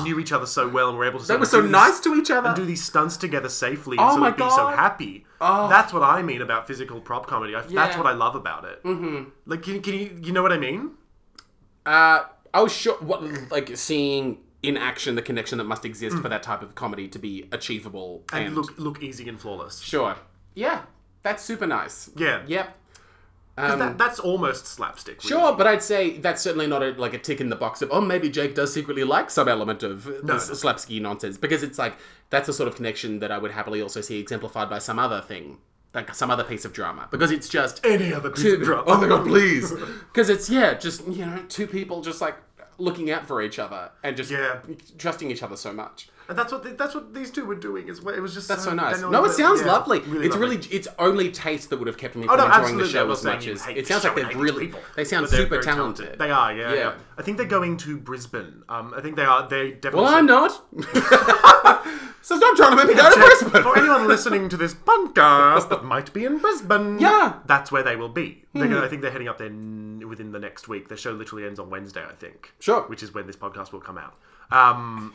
Speaker 2: knew each other so well and were able to.
Speaker 1: Ah. They were so nice to each other.
Speaker 2: and do these stunts together safely
Speaker 1: Oh
Speaker 2: and sort
Speaker 1: my
Speaker 2: of be so
Speaker 1: God. Ah.
Speaker 2: happy. That's what I mean about physical prop comedy. I, That's
Speaker 1: Yeah.
Speaker 2: what I love about it. Mm-hmm. Like, can, can you you know what I mean?
Speaker 1: Uh, I was sure, what, like seeing in action the connection that must exist for that type of comedy to be achievable and,
Speaker 2: Look look easy and flawless.
Speaker 1: sure. Yeah, that's super nice.
Speaker 2: Yeah.
Speaker 1: Yep.
Speaker 2: 'Cause that, that's almost slapstick. really.
Speaker 1: Um, Sure, but I'd say that's certainly not a, like a tick in the box of oh maybe Jake does secretly like some element of this
Speaker 2: no.
Speaker 1: slapsticky nonsense because it's like that's the sort of connection that I would happily also see exemplified by some other thing like some other piece of drama because it's just
Speaker 2: Any other piece of drama.
Speaker 1: Oh my god, please! Because it's yeah, just you know, two people just like looking out for each other and just
Speaker 2: Yeah.
Speaker 1: trusting each other so much.
Speaker 2: And that's what the, that's what these two were doing. Is what it was just
Speaker 1: That's so
Speaker 2: so
Speaker 1: nice.
Speaker 2: Daniel
Speaker 1: no, it
Speaker 2: Day-Lewis-
Speaker 1: sounds
Speaker 2: yeah,
Speaker 1: lovely. it's really
Speaker 2: lovely.
Speaker 1: it's only taste that would have kept me
Speaker 2: Oh
Speaker 1: from
Speaker 2: no,
Speaker 1: enjoying
Speaker 2: absolutely.
Speaker 1: the show
Speaker 2: I'm
Speaker 1: as
Speaker 2: not
Speaker 1: much
Speaker 2: saying
Speaker 1: as
Speaker 2: hate
Speaker 1: it
Speaker 2: the
Speaker 1: sounds
Speaker 2: show
Speaker 1: like
Speaker 2: and
Speaker 1: they're
Speaker 2: hate these
Speaker 1: really
Speaker 2: people,
Speaker 1: they sound
Speaker 2: but they're
Speaker 1: super
Speaker 2: very
Speaker 1: talented.
Speaker 2: They are, yeah,
Speaker 1: Yeah.
Speaker 2: yeah. I think they're going to Brisbane. Um, I think they are. They definitely.
Speaker 1: Well, I'm not. so stop trying to make me go to Brisbane.
Speaker 2: For anyone listening to this podcast that might be in Brisbane,
Speaker 1: Yeah. Hmm.
Speaker 2: that's where they will be. They're gonna, I think they're heading up there n- within the next week. The show literally ends on Wednesday, I think.
Speaker 1: Sure.
Speaker 2: Which is when this podcast will come out. Um,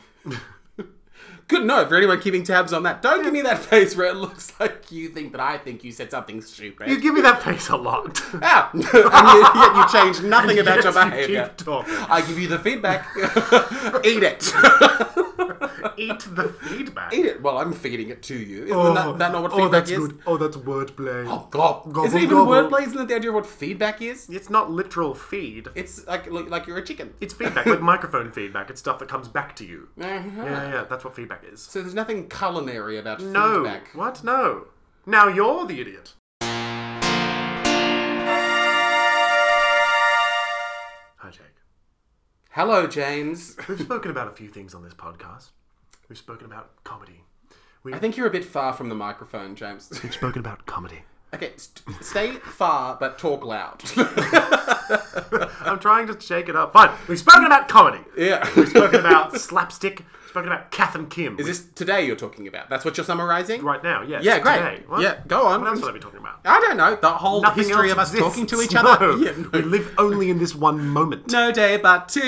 Speaker 1: Good note for anyone keeping tabs on that. Don't give me that face where it looks like you think that I think you said something stupid.
Speaker 2: you give me that face a lot.
Speaker 1: Ah, and yet, yet you change nothing about
Speaker 2: Yes,
Speaker 1: your
Speaker 2: you
Speaker 1: behavior.
Speaker 2: keep talking.
Speaker 1: I give you the feedback. Eat it.
Speaker 2: Eat the feedback.
Speaker 1: Eat it. Well, I'm feeding it to you. Isn't
Speaker 2: Oh,
Speaker 1: that, that not what
Speaker 2: oh,
Speaker 1: feedback
Speaker 2: that's
Speaker 1: is?
Speaker 2: good. Oh, that's wordplay.
Speaker 1: Oh, glob. is it
Speaker 2: Gobble,
Speaker 1: even
Speaker 2: gobble.
Speaker 1: wordplay? Isn't it the idea of what feedback is?
Speaker 2: It's not literal feed.
Speaker 1: It's like like, like you're a chicken.
Speaker 2: It's feedback, like microphone feedback. It's stuff that comes back to you. Yeah,
Speaker 1: Uh-huh.
Speaker 2: yeah, yeah. That's what feedback is.
Speaker 1: So there's nothing culinary about
Speaker 2: No.
Speaker 1: feedback.
Speaker 2: What? No. Now you're the idiot. Hi, Jake.
Speaker 1: Hello, James.
Speaker 2: We've spoken about a few things on this podcast. We've spoken about comedy.
Speaker 1: I think you're a bit far from the microphone, James.
Speaker 2: We've spoken about comedy.
Speaker 1: okay, st- stay far but talk loud.
Speaker 2: I'm trying to shake it up. Fine. We've spoken about comedy.
Speaker 1: yeah.
Speaker 2: We've spoken about slapstick. Spoken about Kath and Kim.
Speaker 1: Is this today you're talking about? That's what you're summarizing?
Speaker 2: right now? Yes.
Speaker 1: Yeah, great.
Speaker 2: Today. What?
Speaker 1: Yeah, go on.
Speaker 2: What else would I be talking about?
Speaker 1: I don't know. The whole
Speaker 2: Nothing
Speaker 1: history
Speaker 2: else
Speaker 1: of us
Speaker 2: exists.
Speaker 1: talking to each
Speaker 2: No.
Speaker 1: other. Yeah,
Speaker 2: We
Speaker 1: no.
Speaker 2: live only in this one moment.
Speaker 1: No day but today.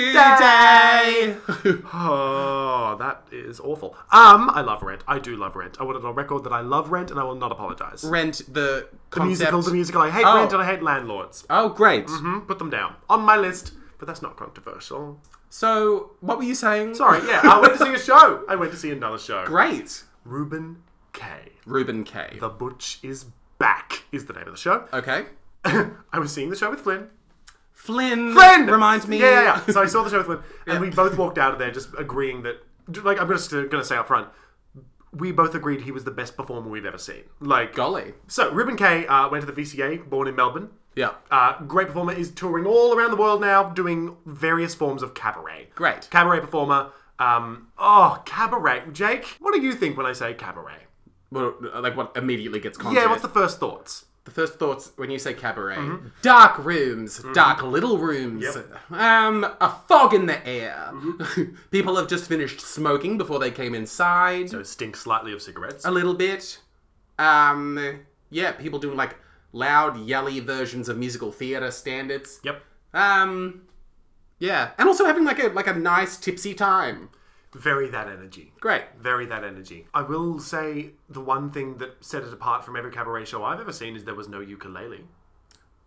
Speaker 2: Oh, that is awful. Um, I love Rent. I do love Rent. I want it on record that I love Rent, and I will not apologize.
Speaker 1: Rent the
Speaker 2: The musical,
Speaker 1: concept.
Speaker 2: the musical. I hate
Speaker 1: Oh.
Speaker 2: Rent, and I hate landlords.
Speaker 1: oh, great.
Speaker 2: Hmm, put them down on my list. But that's not controversial.
Speaker 1: So, what were you saying?
Speaker 2: Sorry. Yeah, I went to see a show. I went to see another show.
Speaker 1: Great.
Speaker 2: Ruben K.
Speaker 1: Ruben K.
Speaker 2: The Butch is back. Is the name of the show.
Speaker 1: okay.
Speaker 2: I was seeing the show with Flynn.
Speaker 1: Flynn.
Speaker 2: Flynn
Speaker 1: Reminds me.
Speaker 2: Yeah, yeah, yeah. So I saw the show with Flynn, and we both walked out of there just agreeing that, like, I'm just going to say up front, we both agreed he was the best performer we've ever seen. Like,
Speaker 1: Golly.
Speaker 2: so Ruben Kay uh, went to the VCA, born in Melbourne.
Speaker 1: Yeah.
Speaker 2: Uh, great performer is touring all around the world now, doing various forms of cabaret.
Speaker 1: Great.
Speaker 2: cabaret performer. Um, oh, cabaret, Jake. What do you think when I say cabaret?
Speaker 1: Well, like what immediately gets conjured.
Speaker 2: Yeah, what's the Mm-hmm. first thoughts?
Speaker 1: The first thoughts when you say cabaret? Dark rooms,
Speaker 2: Mm-hmm.
Speaker 1: dark little rooms. Um, a fog in the air.
Speaker 2: Mm-hmm.
Speaker 1: People have just finished smoking before they came inside.
Speaker 2: It stinks slightly of cigarettes.
Speaker 1: a little bit. Um, yeah, people doing like loud, yelly versions of musical theater standards.
Speaker 2: Yep.
Speaker 1: Um, yeah, and also having like a like a nice tipsy time.
Speaker 2: Very that energy.
Speaker 1: Great.
Speaker 2: very that energy. I will say the one thing that set it apart from every cabaret show I've ever seen is there was no ukulele.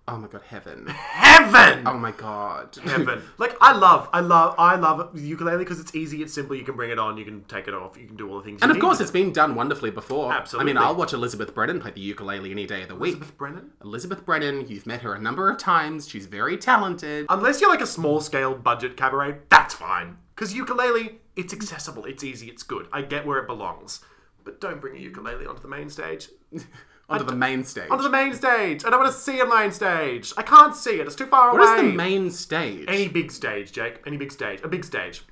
Speaker 1: Oh my god, heaven.
Speaker 2: Heaven.
Speaker 1: Oh my god.
Speaker 2: Heaven. Like I love, I love, I love ukulele because it's easy, it's simple. You can bring it on, you can take it off, you can do all the things.
Speaker 1: And of course, it's been done wonderfully before. I
Speaker 2: Absolutely.
Speaker 1: mean, I'll watch Elizabeth Brennan play the ukulele any day of the week.
Speaker 2: Elizabeth Brennan.
Speaker 1: Elizabeth Brennan, you've met her a number of times. She's very talented.
Speaker 2: Unless you're like a small scale budget cabaret, that's fine. Because ukulele, it's accessible, it's easy, it's good. I get where it belongs, but don't bring a ukulele onto the main stage.
Speaker 1: Onto the main stage.
Speaker 2: Onto the main stage. I don't want to see a main stage. I can't see it. It's too far away.
Speaker 1: What is the main stage?
Speaker 2: Any big stage, Jake. Any big stage. A big stage.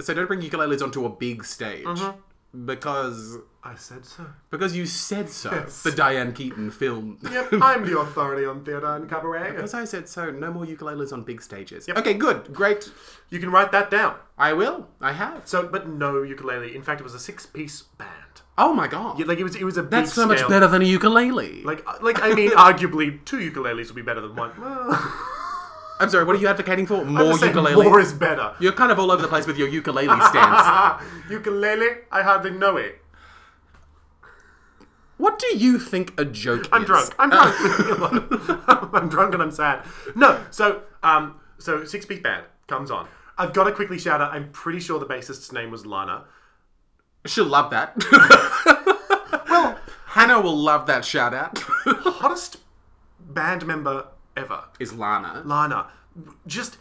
Speaker 1: So don't bring ukuleles onto a big stage.
Speaker 2: Mm-hmm.
Speaker 1: Because
Speaker 2: I said so.
Speaker 1: Because you said so. The Diane Keaton film.
Speaker 2: Yep, I'm the authority on theatre and cabaret.
Speaker 1: Because I said so, no more ukuleles on big stages. Okay, good. Great.
Speaker 2: You can write that down.
Speaker 1: I will. I have.
Speaker 2: So, but no ukulele. In fact, it was a six-piece band.
Speaker 1: Oh my god.
Speaker 2: Like it was, it was a big
Speaker 1: That's so much
Speaker 2: scale.
Speaker 1: better than a ukulele.
Speaker 2: Like, uh, like I mean, arguably, two ukuleles would be better than one. Well,
Speaker 1: I'm sorry, what are you advocating for? More
Speaker 2: just saying
Speaker 1: ukuleles?
Speaker 2: More is better.
Speaker 1: You're kind of all over the place with your ukulele stance.
Speaker 2: Ah, ukulele. I hardly know it.
Speaker 1: what do you think a joke
Speaker 2: I'm
Speaker 1: is?
Speaker 2: drunk. I'm drunk. I'm drunk and I'm sad. No, so um, so six piece band comes on. I've got to quickly shout out. I'm pretty sure the bassist's name was Lana.
Speaker 1: She'll love that. well, Hannah will love that shout out.
Speaker 2: hottest band member ever,
Speaker 1: is Lana.
Speaker 2: Lana. Just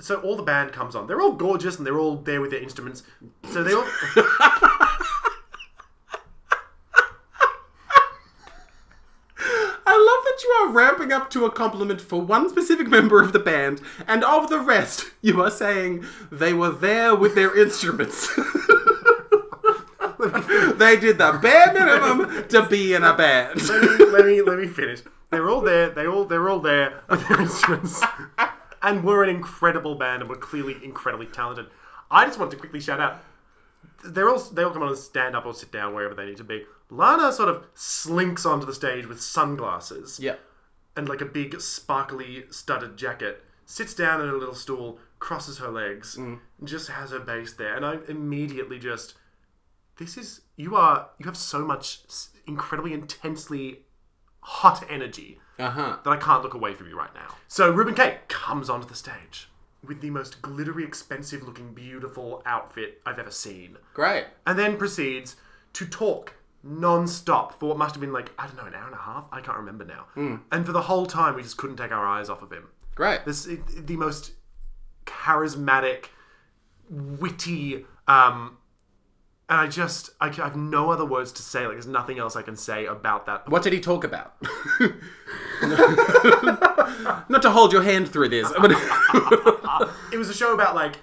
Speaker 2: so all the band comes on. They're all gorgeous and they're all there with their instruments. So they all.
Speaker 1: I love that you are ramping up to a compliment for one specific member of the band, and of the rest, you are saying they were there with their instruments. They did the bare minimum to be in a band.
Speaker 2: let, me, let me let me finish. They're all there. They all they're all there with their instruments, and we're an incredible band, and we're clearly incredibly talented. I just wanted to quickly shout out. They're all they all come on and stand up or sit down wherever they need to be. Lana sort of slinks onto the stage with sunglasses
Speaker 1: Yeah.
Speaker 2: and like a big sparkly studded jacket. Sits down in a little stool, crosses her legs, and just has her bass there, and I immediately just this is you are you have so much s- incredibly intensely hot energy
Speaker 1: Uh huh.
Speaker 2: that I can't look away from you right now. So Ruben Kay comes onto the stage with the most glittery, expensive looking, beautiful outfit I've ever seen,
Speaker 1: Great.
Speaker 2: and then proceeds to talk non-stop for what must have been like I don't know an hour and a half. I can't remember now. And for the whole time, we just couldn't take our eyes off of him.
Speaker 1: Great.
Speaker 2: This the most charismatic, witty. Um, and I just, I, I have no other words to say. Like, there's nothing else I can say about that
Speaker 1: What did he talk about? Not to hold your hand through this. but-
Speaker 2: it was a show about like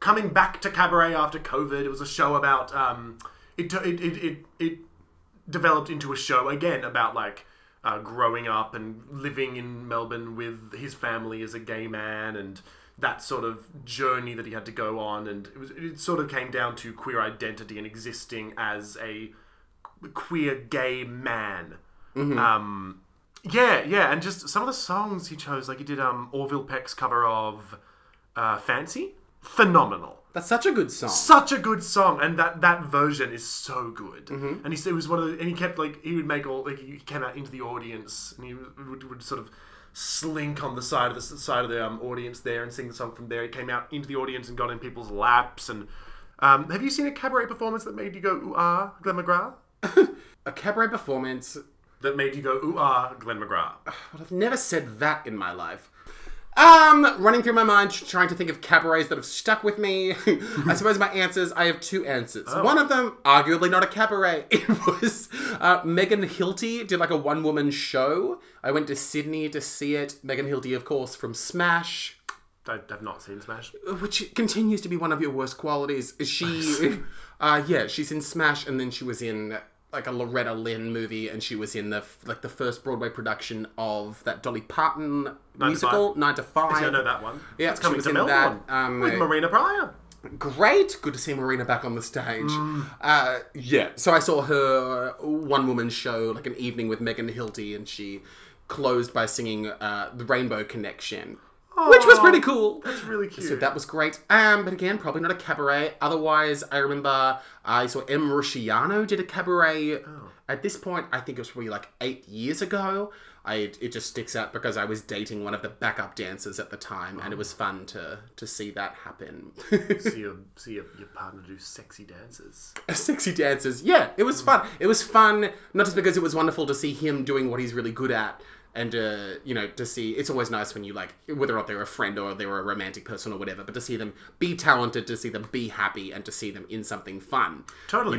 Speaker 2: coming back to cabaret after COVID. It was a show about um, it, it it it it developed into a show again about like uh, growing up and living in Melbourne with his family as a gay man and that sort of journey that he had to go on. And it was it sort of came down to queer identity and existing as a queer gay man. Um, yeah, yeah, and just some of the songs he chose, like he did um, Orville Peck's cover of uh, "Fancy," phenomenal.
Speaker 1: That's such a good song.
Speaker 2: Such a good song, and that that version is so good. And he said it was one of the, and he kept like he would make all like he came out into the audience and he would, would sort of slink on the side of the side of the um, audience there and sing the song from there. He came out into the audience and got in people's laps. And um, have you seen a cabaret performance that made you go ooh ah Glenn McGrath?
Speaker 1: A cabaret performance.
Speaker 2: That made you go ooh ah Glenn McGrath.
Speaker 1: But I've never said that in my life. Um, running through my mind, trying to think of cabarets that have stuck with me. I suppose my answers, I have two answers. One of them, arguably not a cabaret. It was uh, Megan Hilty did like a one woman show. I went to Sydney to see it. Megan Hilty, of course, from Smash.
Speaker 2: I have not seen Smash.
Speaker 1: which continues to be one of your worst qualities. She, uh, yeah, she's in Smash, and then she was in like a Loretta Lynn movie, and she was in the f- like the first Broadway production of that Dolly Parton musical, Nine to Five.
Speaker 2: I know that one.
Speaker 1: Yeah,
Speaker 2: it's coming
Speaker 1: she was
Speaker 2: to
Speaker 1: in
Speaker 2: Melbourne
Speaker 1: that, um,
Speaker 2: with Marina Pryor.
Speaker 1: Great, good to see Marina back on the stage. Uh, yeah, so I saw her uh, one woman show, like an evening with Megan Hilty, and she closed by singing uh, "The Rainbow Connection." Which was
Speaker 2: Aw,
Speaker 1: pretty cool.
Speaker 2: It's really cute.
Speaker 1: So that was great. Um, but again, probably not a cabaret. Otherwise, I remember I saw M. Rusciano did a cabaret.
Speaker 2: Oh.
Speaker 1: At this point, I think it was probably like eight years ago. I it just sticks out because I was dating one of the backup dancers at the time,
Speaker 2: Oh.
Speaker 1: and it was fun to to see that happen.
Speaker 2: see your see your, your partner do sexy dances.
Speaker 1: Sexy dances, yeah, it was fun. It was fun, not just because it was wonderful to see him doing what he's really good at. And uh, you know, to see it's always nice when you like whether or not they're a friend or they're a romantic person or whatever, but to see them be talented, to see them be happy, and to see them in something fun.
Speaker 2: Totally.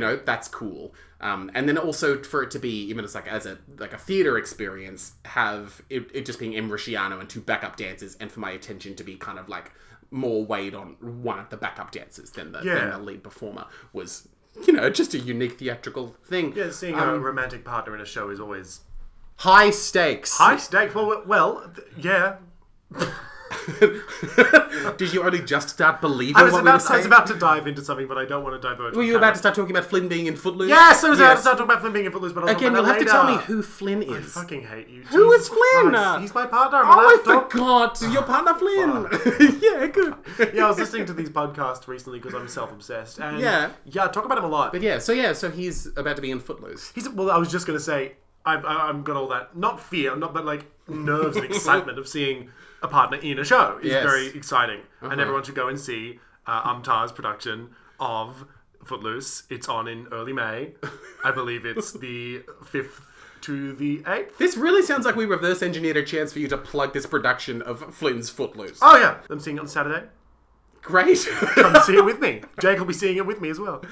Speaker 1: you know, that's cool. Um, and then also for it to be even as like as a like a theater experience, have it, it just being M. Rusciano and two backup dancers, and for my attention to be kind of like more weighed on one of the backup dancers than the than
Speaker 2: Yeah.
Speaker 1: the lead performer was, you know, just a unique theatrical thing.
Speaker 2: Yeah, seeing
Speaker 1: Um,
Speaker 2: a romantic partner in a show is always
Speaker 1: High stakes.
Speaker 2: high stakes. Well, well, well th- yeah.
Speaker 1: Did you only just start believing
Speaker 2: I was,
Speaker 1: what we were
Speaker 2: about, I
Speaker 1: saying?
Speaker 2: was about to dive into something, but I don't want to diverge.
Speaker 1: were you about to start talking about Flynn being in Footloose?
Speaker 2: Yes, I was about to start talking about Flynn being a footloose, but I'll
Speaker 1: Again,
Speaker 2: talk
Speaker 1: you'll
Speaker 2: about
Speaker 1: have
Speaker 2: that
Speaker 1: to
Speaker 2: later.
Speaker 1: tell me who Flynn is.
Speaker 2: I fucking hate you.
Speaker 1: Who is
Speaker 2: Jesus
Speaker 1: Flynn?
Speaker 2: Christ. He's my partner. I'm
Speaker 1: Oh, I
Speaker 2: allowed to talk.
Speaker 1: forgot. Your partner Flynn. yeah, good.
Speaker 2: Yeah, I was listening to these podcasts recently because I'm self-obsessed, and
Speaker 1: Yeah.
Speaker 2: yeah, I talk about him a lot.
Speaker 1: Yeah, so yeah, so he's about to be in Footloose.
Speaker 2: He's well. I was just gonna say I've I- I've got all that not fear, not but like nerves and excitement of seeing a partner in a show. It's
Speaker 1: Yes. Uh-huh.
Speaker 2: very exciting, and everyone should go and see uh, Umtar's production of Footloose. It's on in early May. I believe it's the fifth to the eighth.
Speaker 1: This really sounds like we reverse engineered a chance for you to plug this production of Flynn's Footloose.
Speaker 2: Oh yeah, I'm seeing it on Saturday.
Speaker 1: Great.
Speaker 2: Come see it with me. Jake will be seeing it with me as well.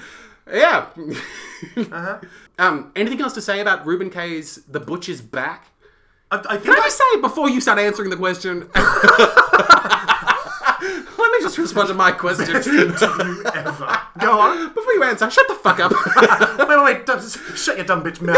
Speaker 1: yeah. Um, anything else to say about Ruben K's The Butcher's Back?
Speaker 2: I, I think
Speaker 1: Can I
Speaker 2: I-
Speaker 1: just say before you start answering the question? let me just just respond to my question.
Speaker 2: interview ever. Go on.
Speaker 1: Before you answer, shut the fuck up.
Speaker 2: Wait, wait, wait. Don't, shut your dumb bitch mouth.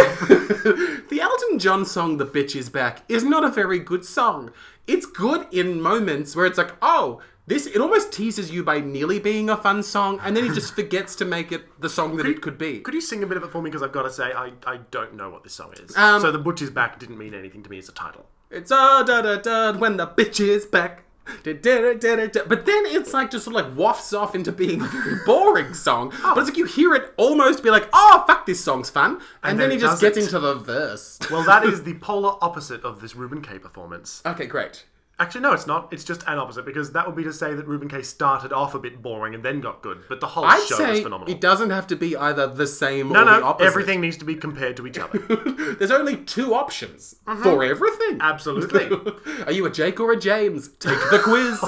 Speaker 1: the Elton John song "The Bitch Is Back" is not a very good song. It's good in moments where it's like, oh, this. It almost teases you by nearly being a fun song, and then he just forgets to make it the song that it could be.
Speaker 2: Could you sing a bit of it for me? Because I've got to say, I, I don't know what this song is.
Speaker 1: Um,
Speaker 2: so the Butcher's Back didn't mean anything to me as a title.
Speaker 1: It's ah da da da when the bitch is back. Da, da, da, da, da, da. But then it's like just sort of like wafts off into being a very boring song.
Speaker 2: Oh.
Speaker 1: But it's like you hear it almost be like, oh fuck, this song's fun, and, then, he
Speaker 2: then it
Speaker 1: just
Speaker 2: doesn't.
Speaker 1: gets into the verse.
Speaker 2: Well, that is the polar opposite of this Ruben K performance.
Speaker 1: okay, great.
Speaker 2: Actually, no, it's not. It's just an opposite because that would be to say that Ruben K started off a bit boring and then got good, but the whole
Speaker 1: I'd
Speaker 2: show
Speaker 1: say
Speaker 2: is phenomenal.
Speaker 1: it doesn't have to be either the same or
Speaker 2: no,
Speaker 1: the
Speaker 2: no,
Speaker 1: opposite.
Speaker 2: everything needs to be compared to each other.
Speaker 1: There's only two options for everything.
Speaker 2: Mm-hmm. Absolutely. Oh.
Speaker 1: Are you a Jake or a James? Take the quiz.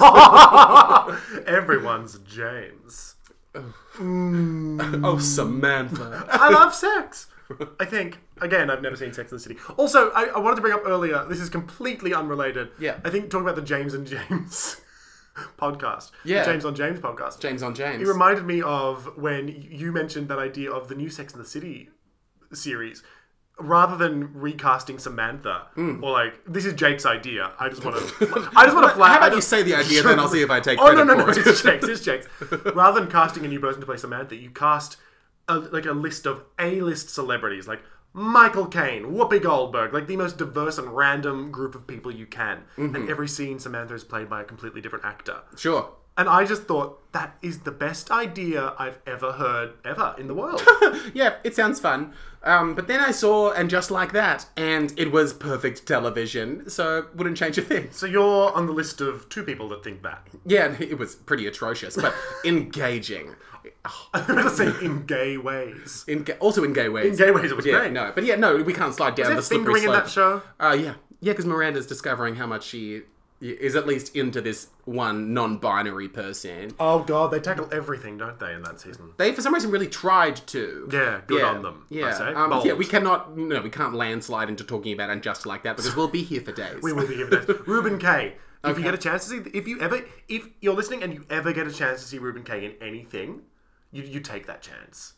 Speaker 2: Everyone's James.
Speaker 1: oh, Samantha.
Speaker 2: I love sex. I think again, I've never seen Sex in the City. Also, I, I wanted to bring up earlier. This is completely unrelated.
Speaker 1: Yeah.
Speaker 2: I think talking about the James and James podcast. the
Speaker 1: Yeah.
Speaker 2: James on James podcast.
Speaker 1: James on James.
Speaker 2: It reminded me of when you mentioned that idea of the new Sex in the City series. Rather than recasting Samantha,
Speaker 1: Hmm.
Speaker 2: or like this is Jake's idea, I just want to, I just want to flag.
Speaker 1: How
Speaker 2: I
Speaker 1: about
Speaker 2: just-
Speaker 1: you say the idea, then I'll see if I take
Speaker 2: Oh
Speaker 1: credit
Speaker 2: no no no!
Speaker 1: for it.
Speaker 2: It's Jake's. It's Jake's. Rather than casting a new person to play Samantha, you cast a, like a list of A-list celebrities, like Michael Caine, Whoopi Goldberg, like the most diverse and random group of people you can.
Speaker 1: Mm-hmm.
Speaker 2: And every scene, Samantha is played by a completely different actor.
Speaker 1: Sure.
Speaker 2: And I just thought that is the best idea I've ever heard ever in the world.
Speaker 1: Yeah, it sounds fun. Um, but then I saw And Just Like That, and it was perfect television, so wouldn't change a thing.
Speaker 2: so you're on the list of two people that think that.
Speaker 1: Yeah, it was pretty atrocious, but engaging.
Speaker 2: I'm going to say in gay ways.
Speaker 1: In ga- also in gay ways.
Speaker 2: In gay ways, it was
Speaker 1: yeah,
Speaker 2: great.
Speaker 1: no, but yeah, no, we can't slide down the
Speaker 2: Is there
Speaker 1: slippery
Speaker 2: fingering in
Speaker 1: slope.
Speaker 2: that show?
Speaker 1: Uh, yeah, yeah, because Miranda's discovering how much she is at least into this one non-binary person.
Speaker 2: Oh god, they tackle everything, don't they, in that season?
Speaker 1: They, for some reason, really tried to.
Speaker 2: Yeah, good on them, I
Speaker 1: Yeah,
Speaker 2: say.
Speaker 1: Um,
Speaker 2: Bold.
Speaker 1: yeah, we cannot, no, we can't landslide into talking about and just like that because we'll be here for days.
Speaker 2: We will be giving this. Ruben K. If you get a chance to see, if you ever, if you're listening and you ever get a chance to see Ruben K in anything, you, you take that chance.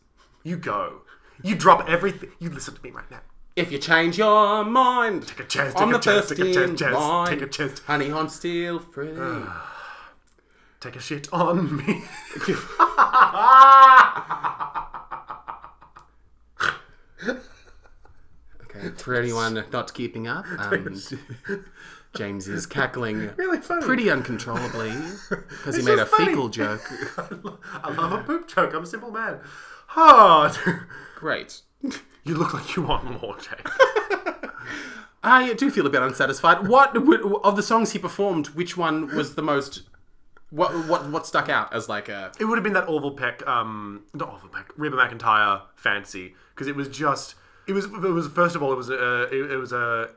Speaker 2: You go. You drop everything. You listen to me right now.
Speaker 1: If you change your mind, take
Speaker 2: a chance,
Speaker 1: on
Speaker 2: take a
Speaker 1: the
Speaker 2: chance,
Speaker 1: first
Speaker 2: take a chance,
Speaker 1: in
Speaker 2: chance,
Speaker 1: line,
Speaker 2: take a chance. Ah.
Speaker 1: honey, I'm still free.
Speaker 2: Take a shit on me.
Speaker 1: okay, for anyone not keeping up, um, James is cackling
Speaker 2: really funny.
Speaker 1: pretty uncontrollably because he
Speaker 2: It's
Speaker 1: made a
Speaker 2: just funny.
Speaker 1: fecal joke.
Speaker 2: I love a poop joke. I'm a simple man. Oh,
Speaker 1: Great.
Speaker 2: you look like you want more, Jake.
Speaker 1: I do feel a bit unsatisfied. What would- of the songs he performed? Which one was the most? What what what stuck out as like a?
Speaker 2: It would have been that Orville Peck, um, not Orville Peck, Reba McIntyre fancy because it was just it was it was first of all it was a it, it was a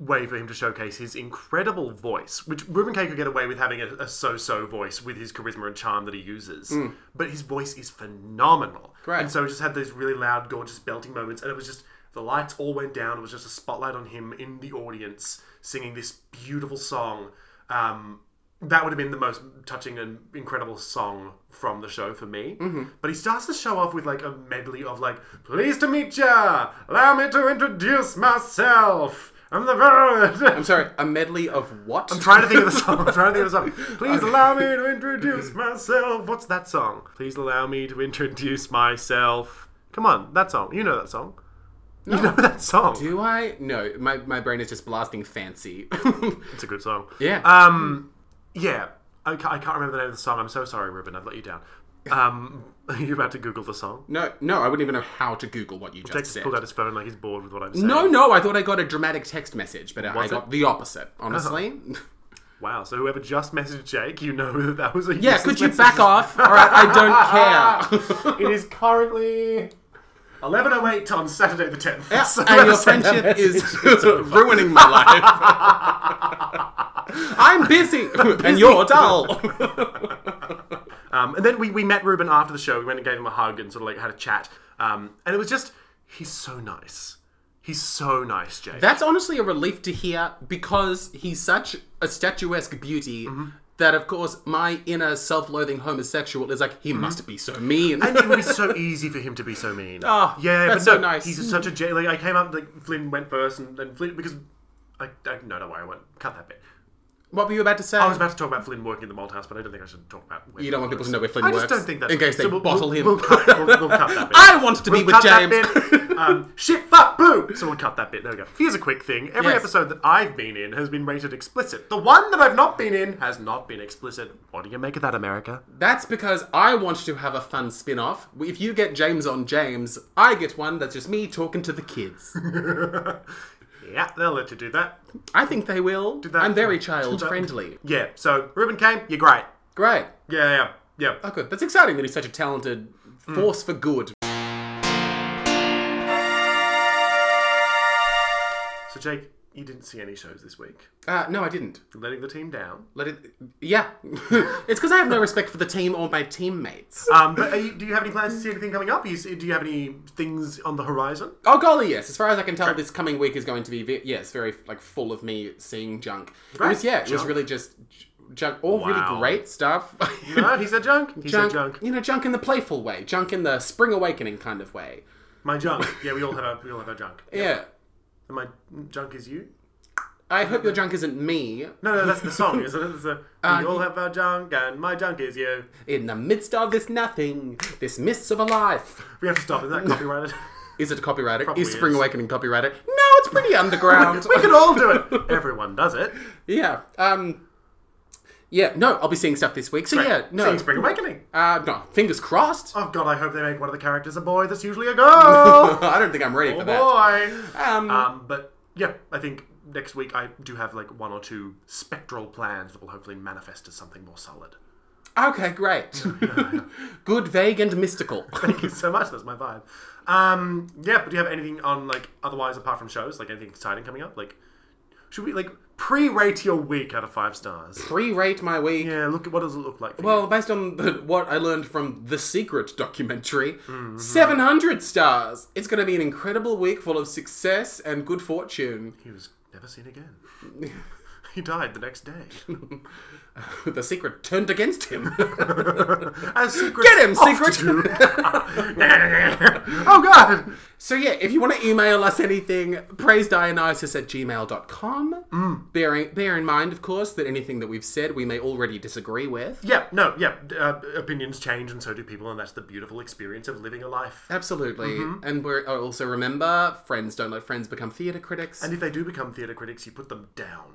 Speaker 2: way for him to showcase his incredible voice, which Ruben K could get away with having a, a so-so voice with his charisma and charm that he uses, but his voice is phenomenal.
Speaker 1: Great.
Speaker 2: And so it just had these really loud, gorgeous belting moments, and it was just the lights all went down. It was just a spotlight on him in the audience singing this beautiful song. Um, that would have been the most touching and incredible song from the show for me. But he starts the show off with like a medley of like, "Pleased to meet ya. Allow me to introduce myself. I'm the
Speaker 1: I'm
Speaker 2: road."
Speaker 1: sorry, a medley of what? I'm
Speaker 2: trying to think of the song. I'm trying to think of the song. Please allow me to introduce myself. What's that song? Please allow me to introduce myself. Come on, that song. You know that song. You know that song.
Speaker 1: Do I? No, my my brain is just blasting fancy.
Speaker 2: It's a good song.
Speaker 1: yeah.
Speaker 2: Um, yeah, I, ca- I can't remember the name of the song. I'm so sorry, Ruben. I've let you down. Um, are you about to Google the song?
Speaker 1: no, no, I wouldn't even know how to Google what you just
Speaker 2: Jake just
Speaker 1: said.
Speaker 2: pulled out his phone like he's bored with what I'm saying.
Speaker 1: No, no, I thought I got a dramatic text message, but I
Speaker 2: Was Uh-huh.
Speaker 1: got the opposite, honestly.
Speaker 2: Wow. So whoever just messaged Jake, you know that that was a
Speaker 1: yeah,
Speaker 2: useless
Speaker 1: could you
Speaker 2: message. Ah,
Speaker 1: back off? All right, I don't care.
Speaker 2: it is currently 11:08 on Saturday the 10th.
Speaker 1: Yeah,
Speaker 2: So
Speaker 1: and your
Speaker 2: that's-
Speaker 1: friendship is ruining my life. I'm busy, and you're dull.
Speaker 2: Um, and then we, we met Ruben after the show. We went and gave him a hug and sort of like had a chat. Um, and it was just he's so nice. He's so nice, Jake. Mm-hmm.
Speaker 1: That's honestly a relief to hear because he's such a statuesque beauty. that, of course, my inner self loathing homosexual is like, he
Speaker 2: Mm-hmm.
Speaker 1: must be so mean.
Speaker 2: And it would be so easy for him to be so mean.
Speaker 1: Oh,
Speaker 2: yeah,
Speaker 1: that's
Speaker 2: but no,
Speaker 1: so nice.
Speaker 2: He's such a j- like. I came up like Flynn went first, and then Flynn because I, I no, don't worry, I won't cut that bit.
Speaker 1: what were you about to say?
Speaker 2: I was about to talk about Flynn working in the Malthouse, but I don't think I should talk about. Where
Speaker 1: you don't want people to know where Flynn
Speaker 2: I
Speaker 1: works.
Speaker 2: just don't think that's
Speaker 1: In case they
Speaker 2: so we'll-
Speaker 1: bottle
Speaker 2: we'll-
Speaker 1: him.
Speaker 2: We'll cut, we'll, we'll cut that bit.
Speaker 1: I want to be
Speaker 2: We'll
Speaker 1: with
Speaker 2: cut that
Speaker 1: James.
Speaker 2: bit. um, shit, fuck, boo. So we'll cut that bit. There we go. Here's a quick thing. Every
Speaker 1: Yes.
Speaker 2: episode that I've been in has been rated explicit. The one that I've not been in has not been explicit. What do you make of that, America?
Speaker 1: That's because I want to have a fun spin off. If you get James on James, I get one that's just me talking to the kids.
Speaker 2: Yeah, they'll let you do that.
Speaker 1: I think they will.
Speaker 2: that-
Speaker 1: I'm very
Speaker 2: do
Speaker 1: child
Speaker 2: that.
Speaker 1: friendly.
Speaker 2: Yeah. So Ruben Kane, you're great.
Speaker 1: Great.
Speaker 2: Yeah, yeah, yeah.
Speaker 1: Oh, good. That's exciting that he's such a talented
Speaker 2: Hmm.
Speaker 1: force for good.
Speaker 2: So Jake, you didn't see any shows this week.
Speaker 1: Uh, no, I didn't.
Speaker 2: You're letting the team down.
Speaker 1: Let it. Yeah. it's because I have no respect for the team or my teammates.
Speaker 2: Um, but are you, do you have any plans to see anything coming up? Are you, do you have any things on the horizon?
Speaker 1: Oh golly, yes. As far as I can tell, this coming week is going to be ve- yes, very like full of me seeing junk. It was yeah, it was
Speaker 2: Junk.
Speaker 1: really just j- junk. All really
Speaker 2: Wow.
Speaker 1: great stuff.
Speaker 2: No, he said junk. He
Speaker 1: junk,
Speaker 2: said junk.
Speaker 1: you know, junk in the playful way, junk in the spring awakening kind of way.
Speaker 2: My junk. Yeah, we all have our we all have our junk.
Speaker 1: Yeah.
Speaker 2: And my junk is you.
Speaker 1: I hope your junk isn't me
Speaker 2: No, no, that's the song, isn't it? That's the,
Speaker 1: Uh,
Speaker 2: we all have our junk, and my junk is you.
Speaker 1: in the midst of this nothing, this mist of a life.
Speaker 2: We have to stop. Is that copyrighted?
Speaker 1: Is it copyrighted? is
Speaker 2: Probably
Speaker 1: Spring
Speaker 2: is.
Speaker 1: Awakening copyrighted? No, it's pretty underground.
Speaker 2: we can all do it. Everyone does it.
Speaker 1: yeah. Um. Yeah. No, I'll be seeing stuff this week. So yeah. No.
Speaker 2: Seeing Spring Awakening.
Speaker 1: Uh, no. Fingers crossed.
Speaker 2: Oh God, I hope they make one of the characters a boy. That's usually a girl.
Speaker 1: I don't think I'm ready for that.
Speaker 2: boy.
Speaker 1: Um,
Speaker 2: Um, but yeah, I think next week I do have like one or two spectral plans that will hopefully manifest as something more solid.
Speaker 1: okay, great. Good, vague, and mystical.
Speaker 2: Thank you so much. That's my vibe. Um, yeah, but do you have anything on like otherwise apart from shows? Like anything exciting coming up? Like, should we like pre-rate your week out of five stars?
Speaker 1: Pre-rate my week.
Speaker 2: Yeah, look. What does it look like? For
Speaker 1: Well, based on the, what I learned from the Secret documentary, 700 stars. It's going to be an incredible week full of success and good fortune.
Speaker 2: you? he was never seen again. he died the next day.
Speaker 1: the Secret turned against him.
Speaker 2: As secret
Speaker 1: Get him,
Speaker 2: often
Speaker 1: Secret!
Speaker 2: do. oh God.
Speaker 1: so yeah, if you want to email us anything, praisedionysus at gmail.com. Mm. Bearing, bear in mind, of course, that anything that we've said we may already disagree with.
Speaker 2: Yeah, no, yeah. d- Uh, opinions change, and so do people, and that's the beautiful experience of living a life.
Speaker 1: Absolutely. And we're oh, also remember friends don't let friends become theatre critics.
Speaker 2: And if they do become theatre critics, you put them down,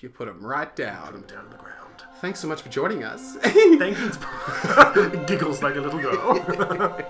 Speaker 1: you put them right down.
Speaker 2: down to the ground.
Speaker 1: Thanks so much for joining us.
Speaker 2: Thank you. Giggles like a little girl.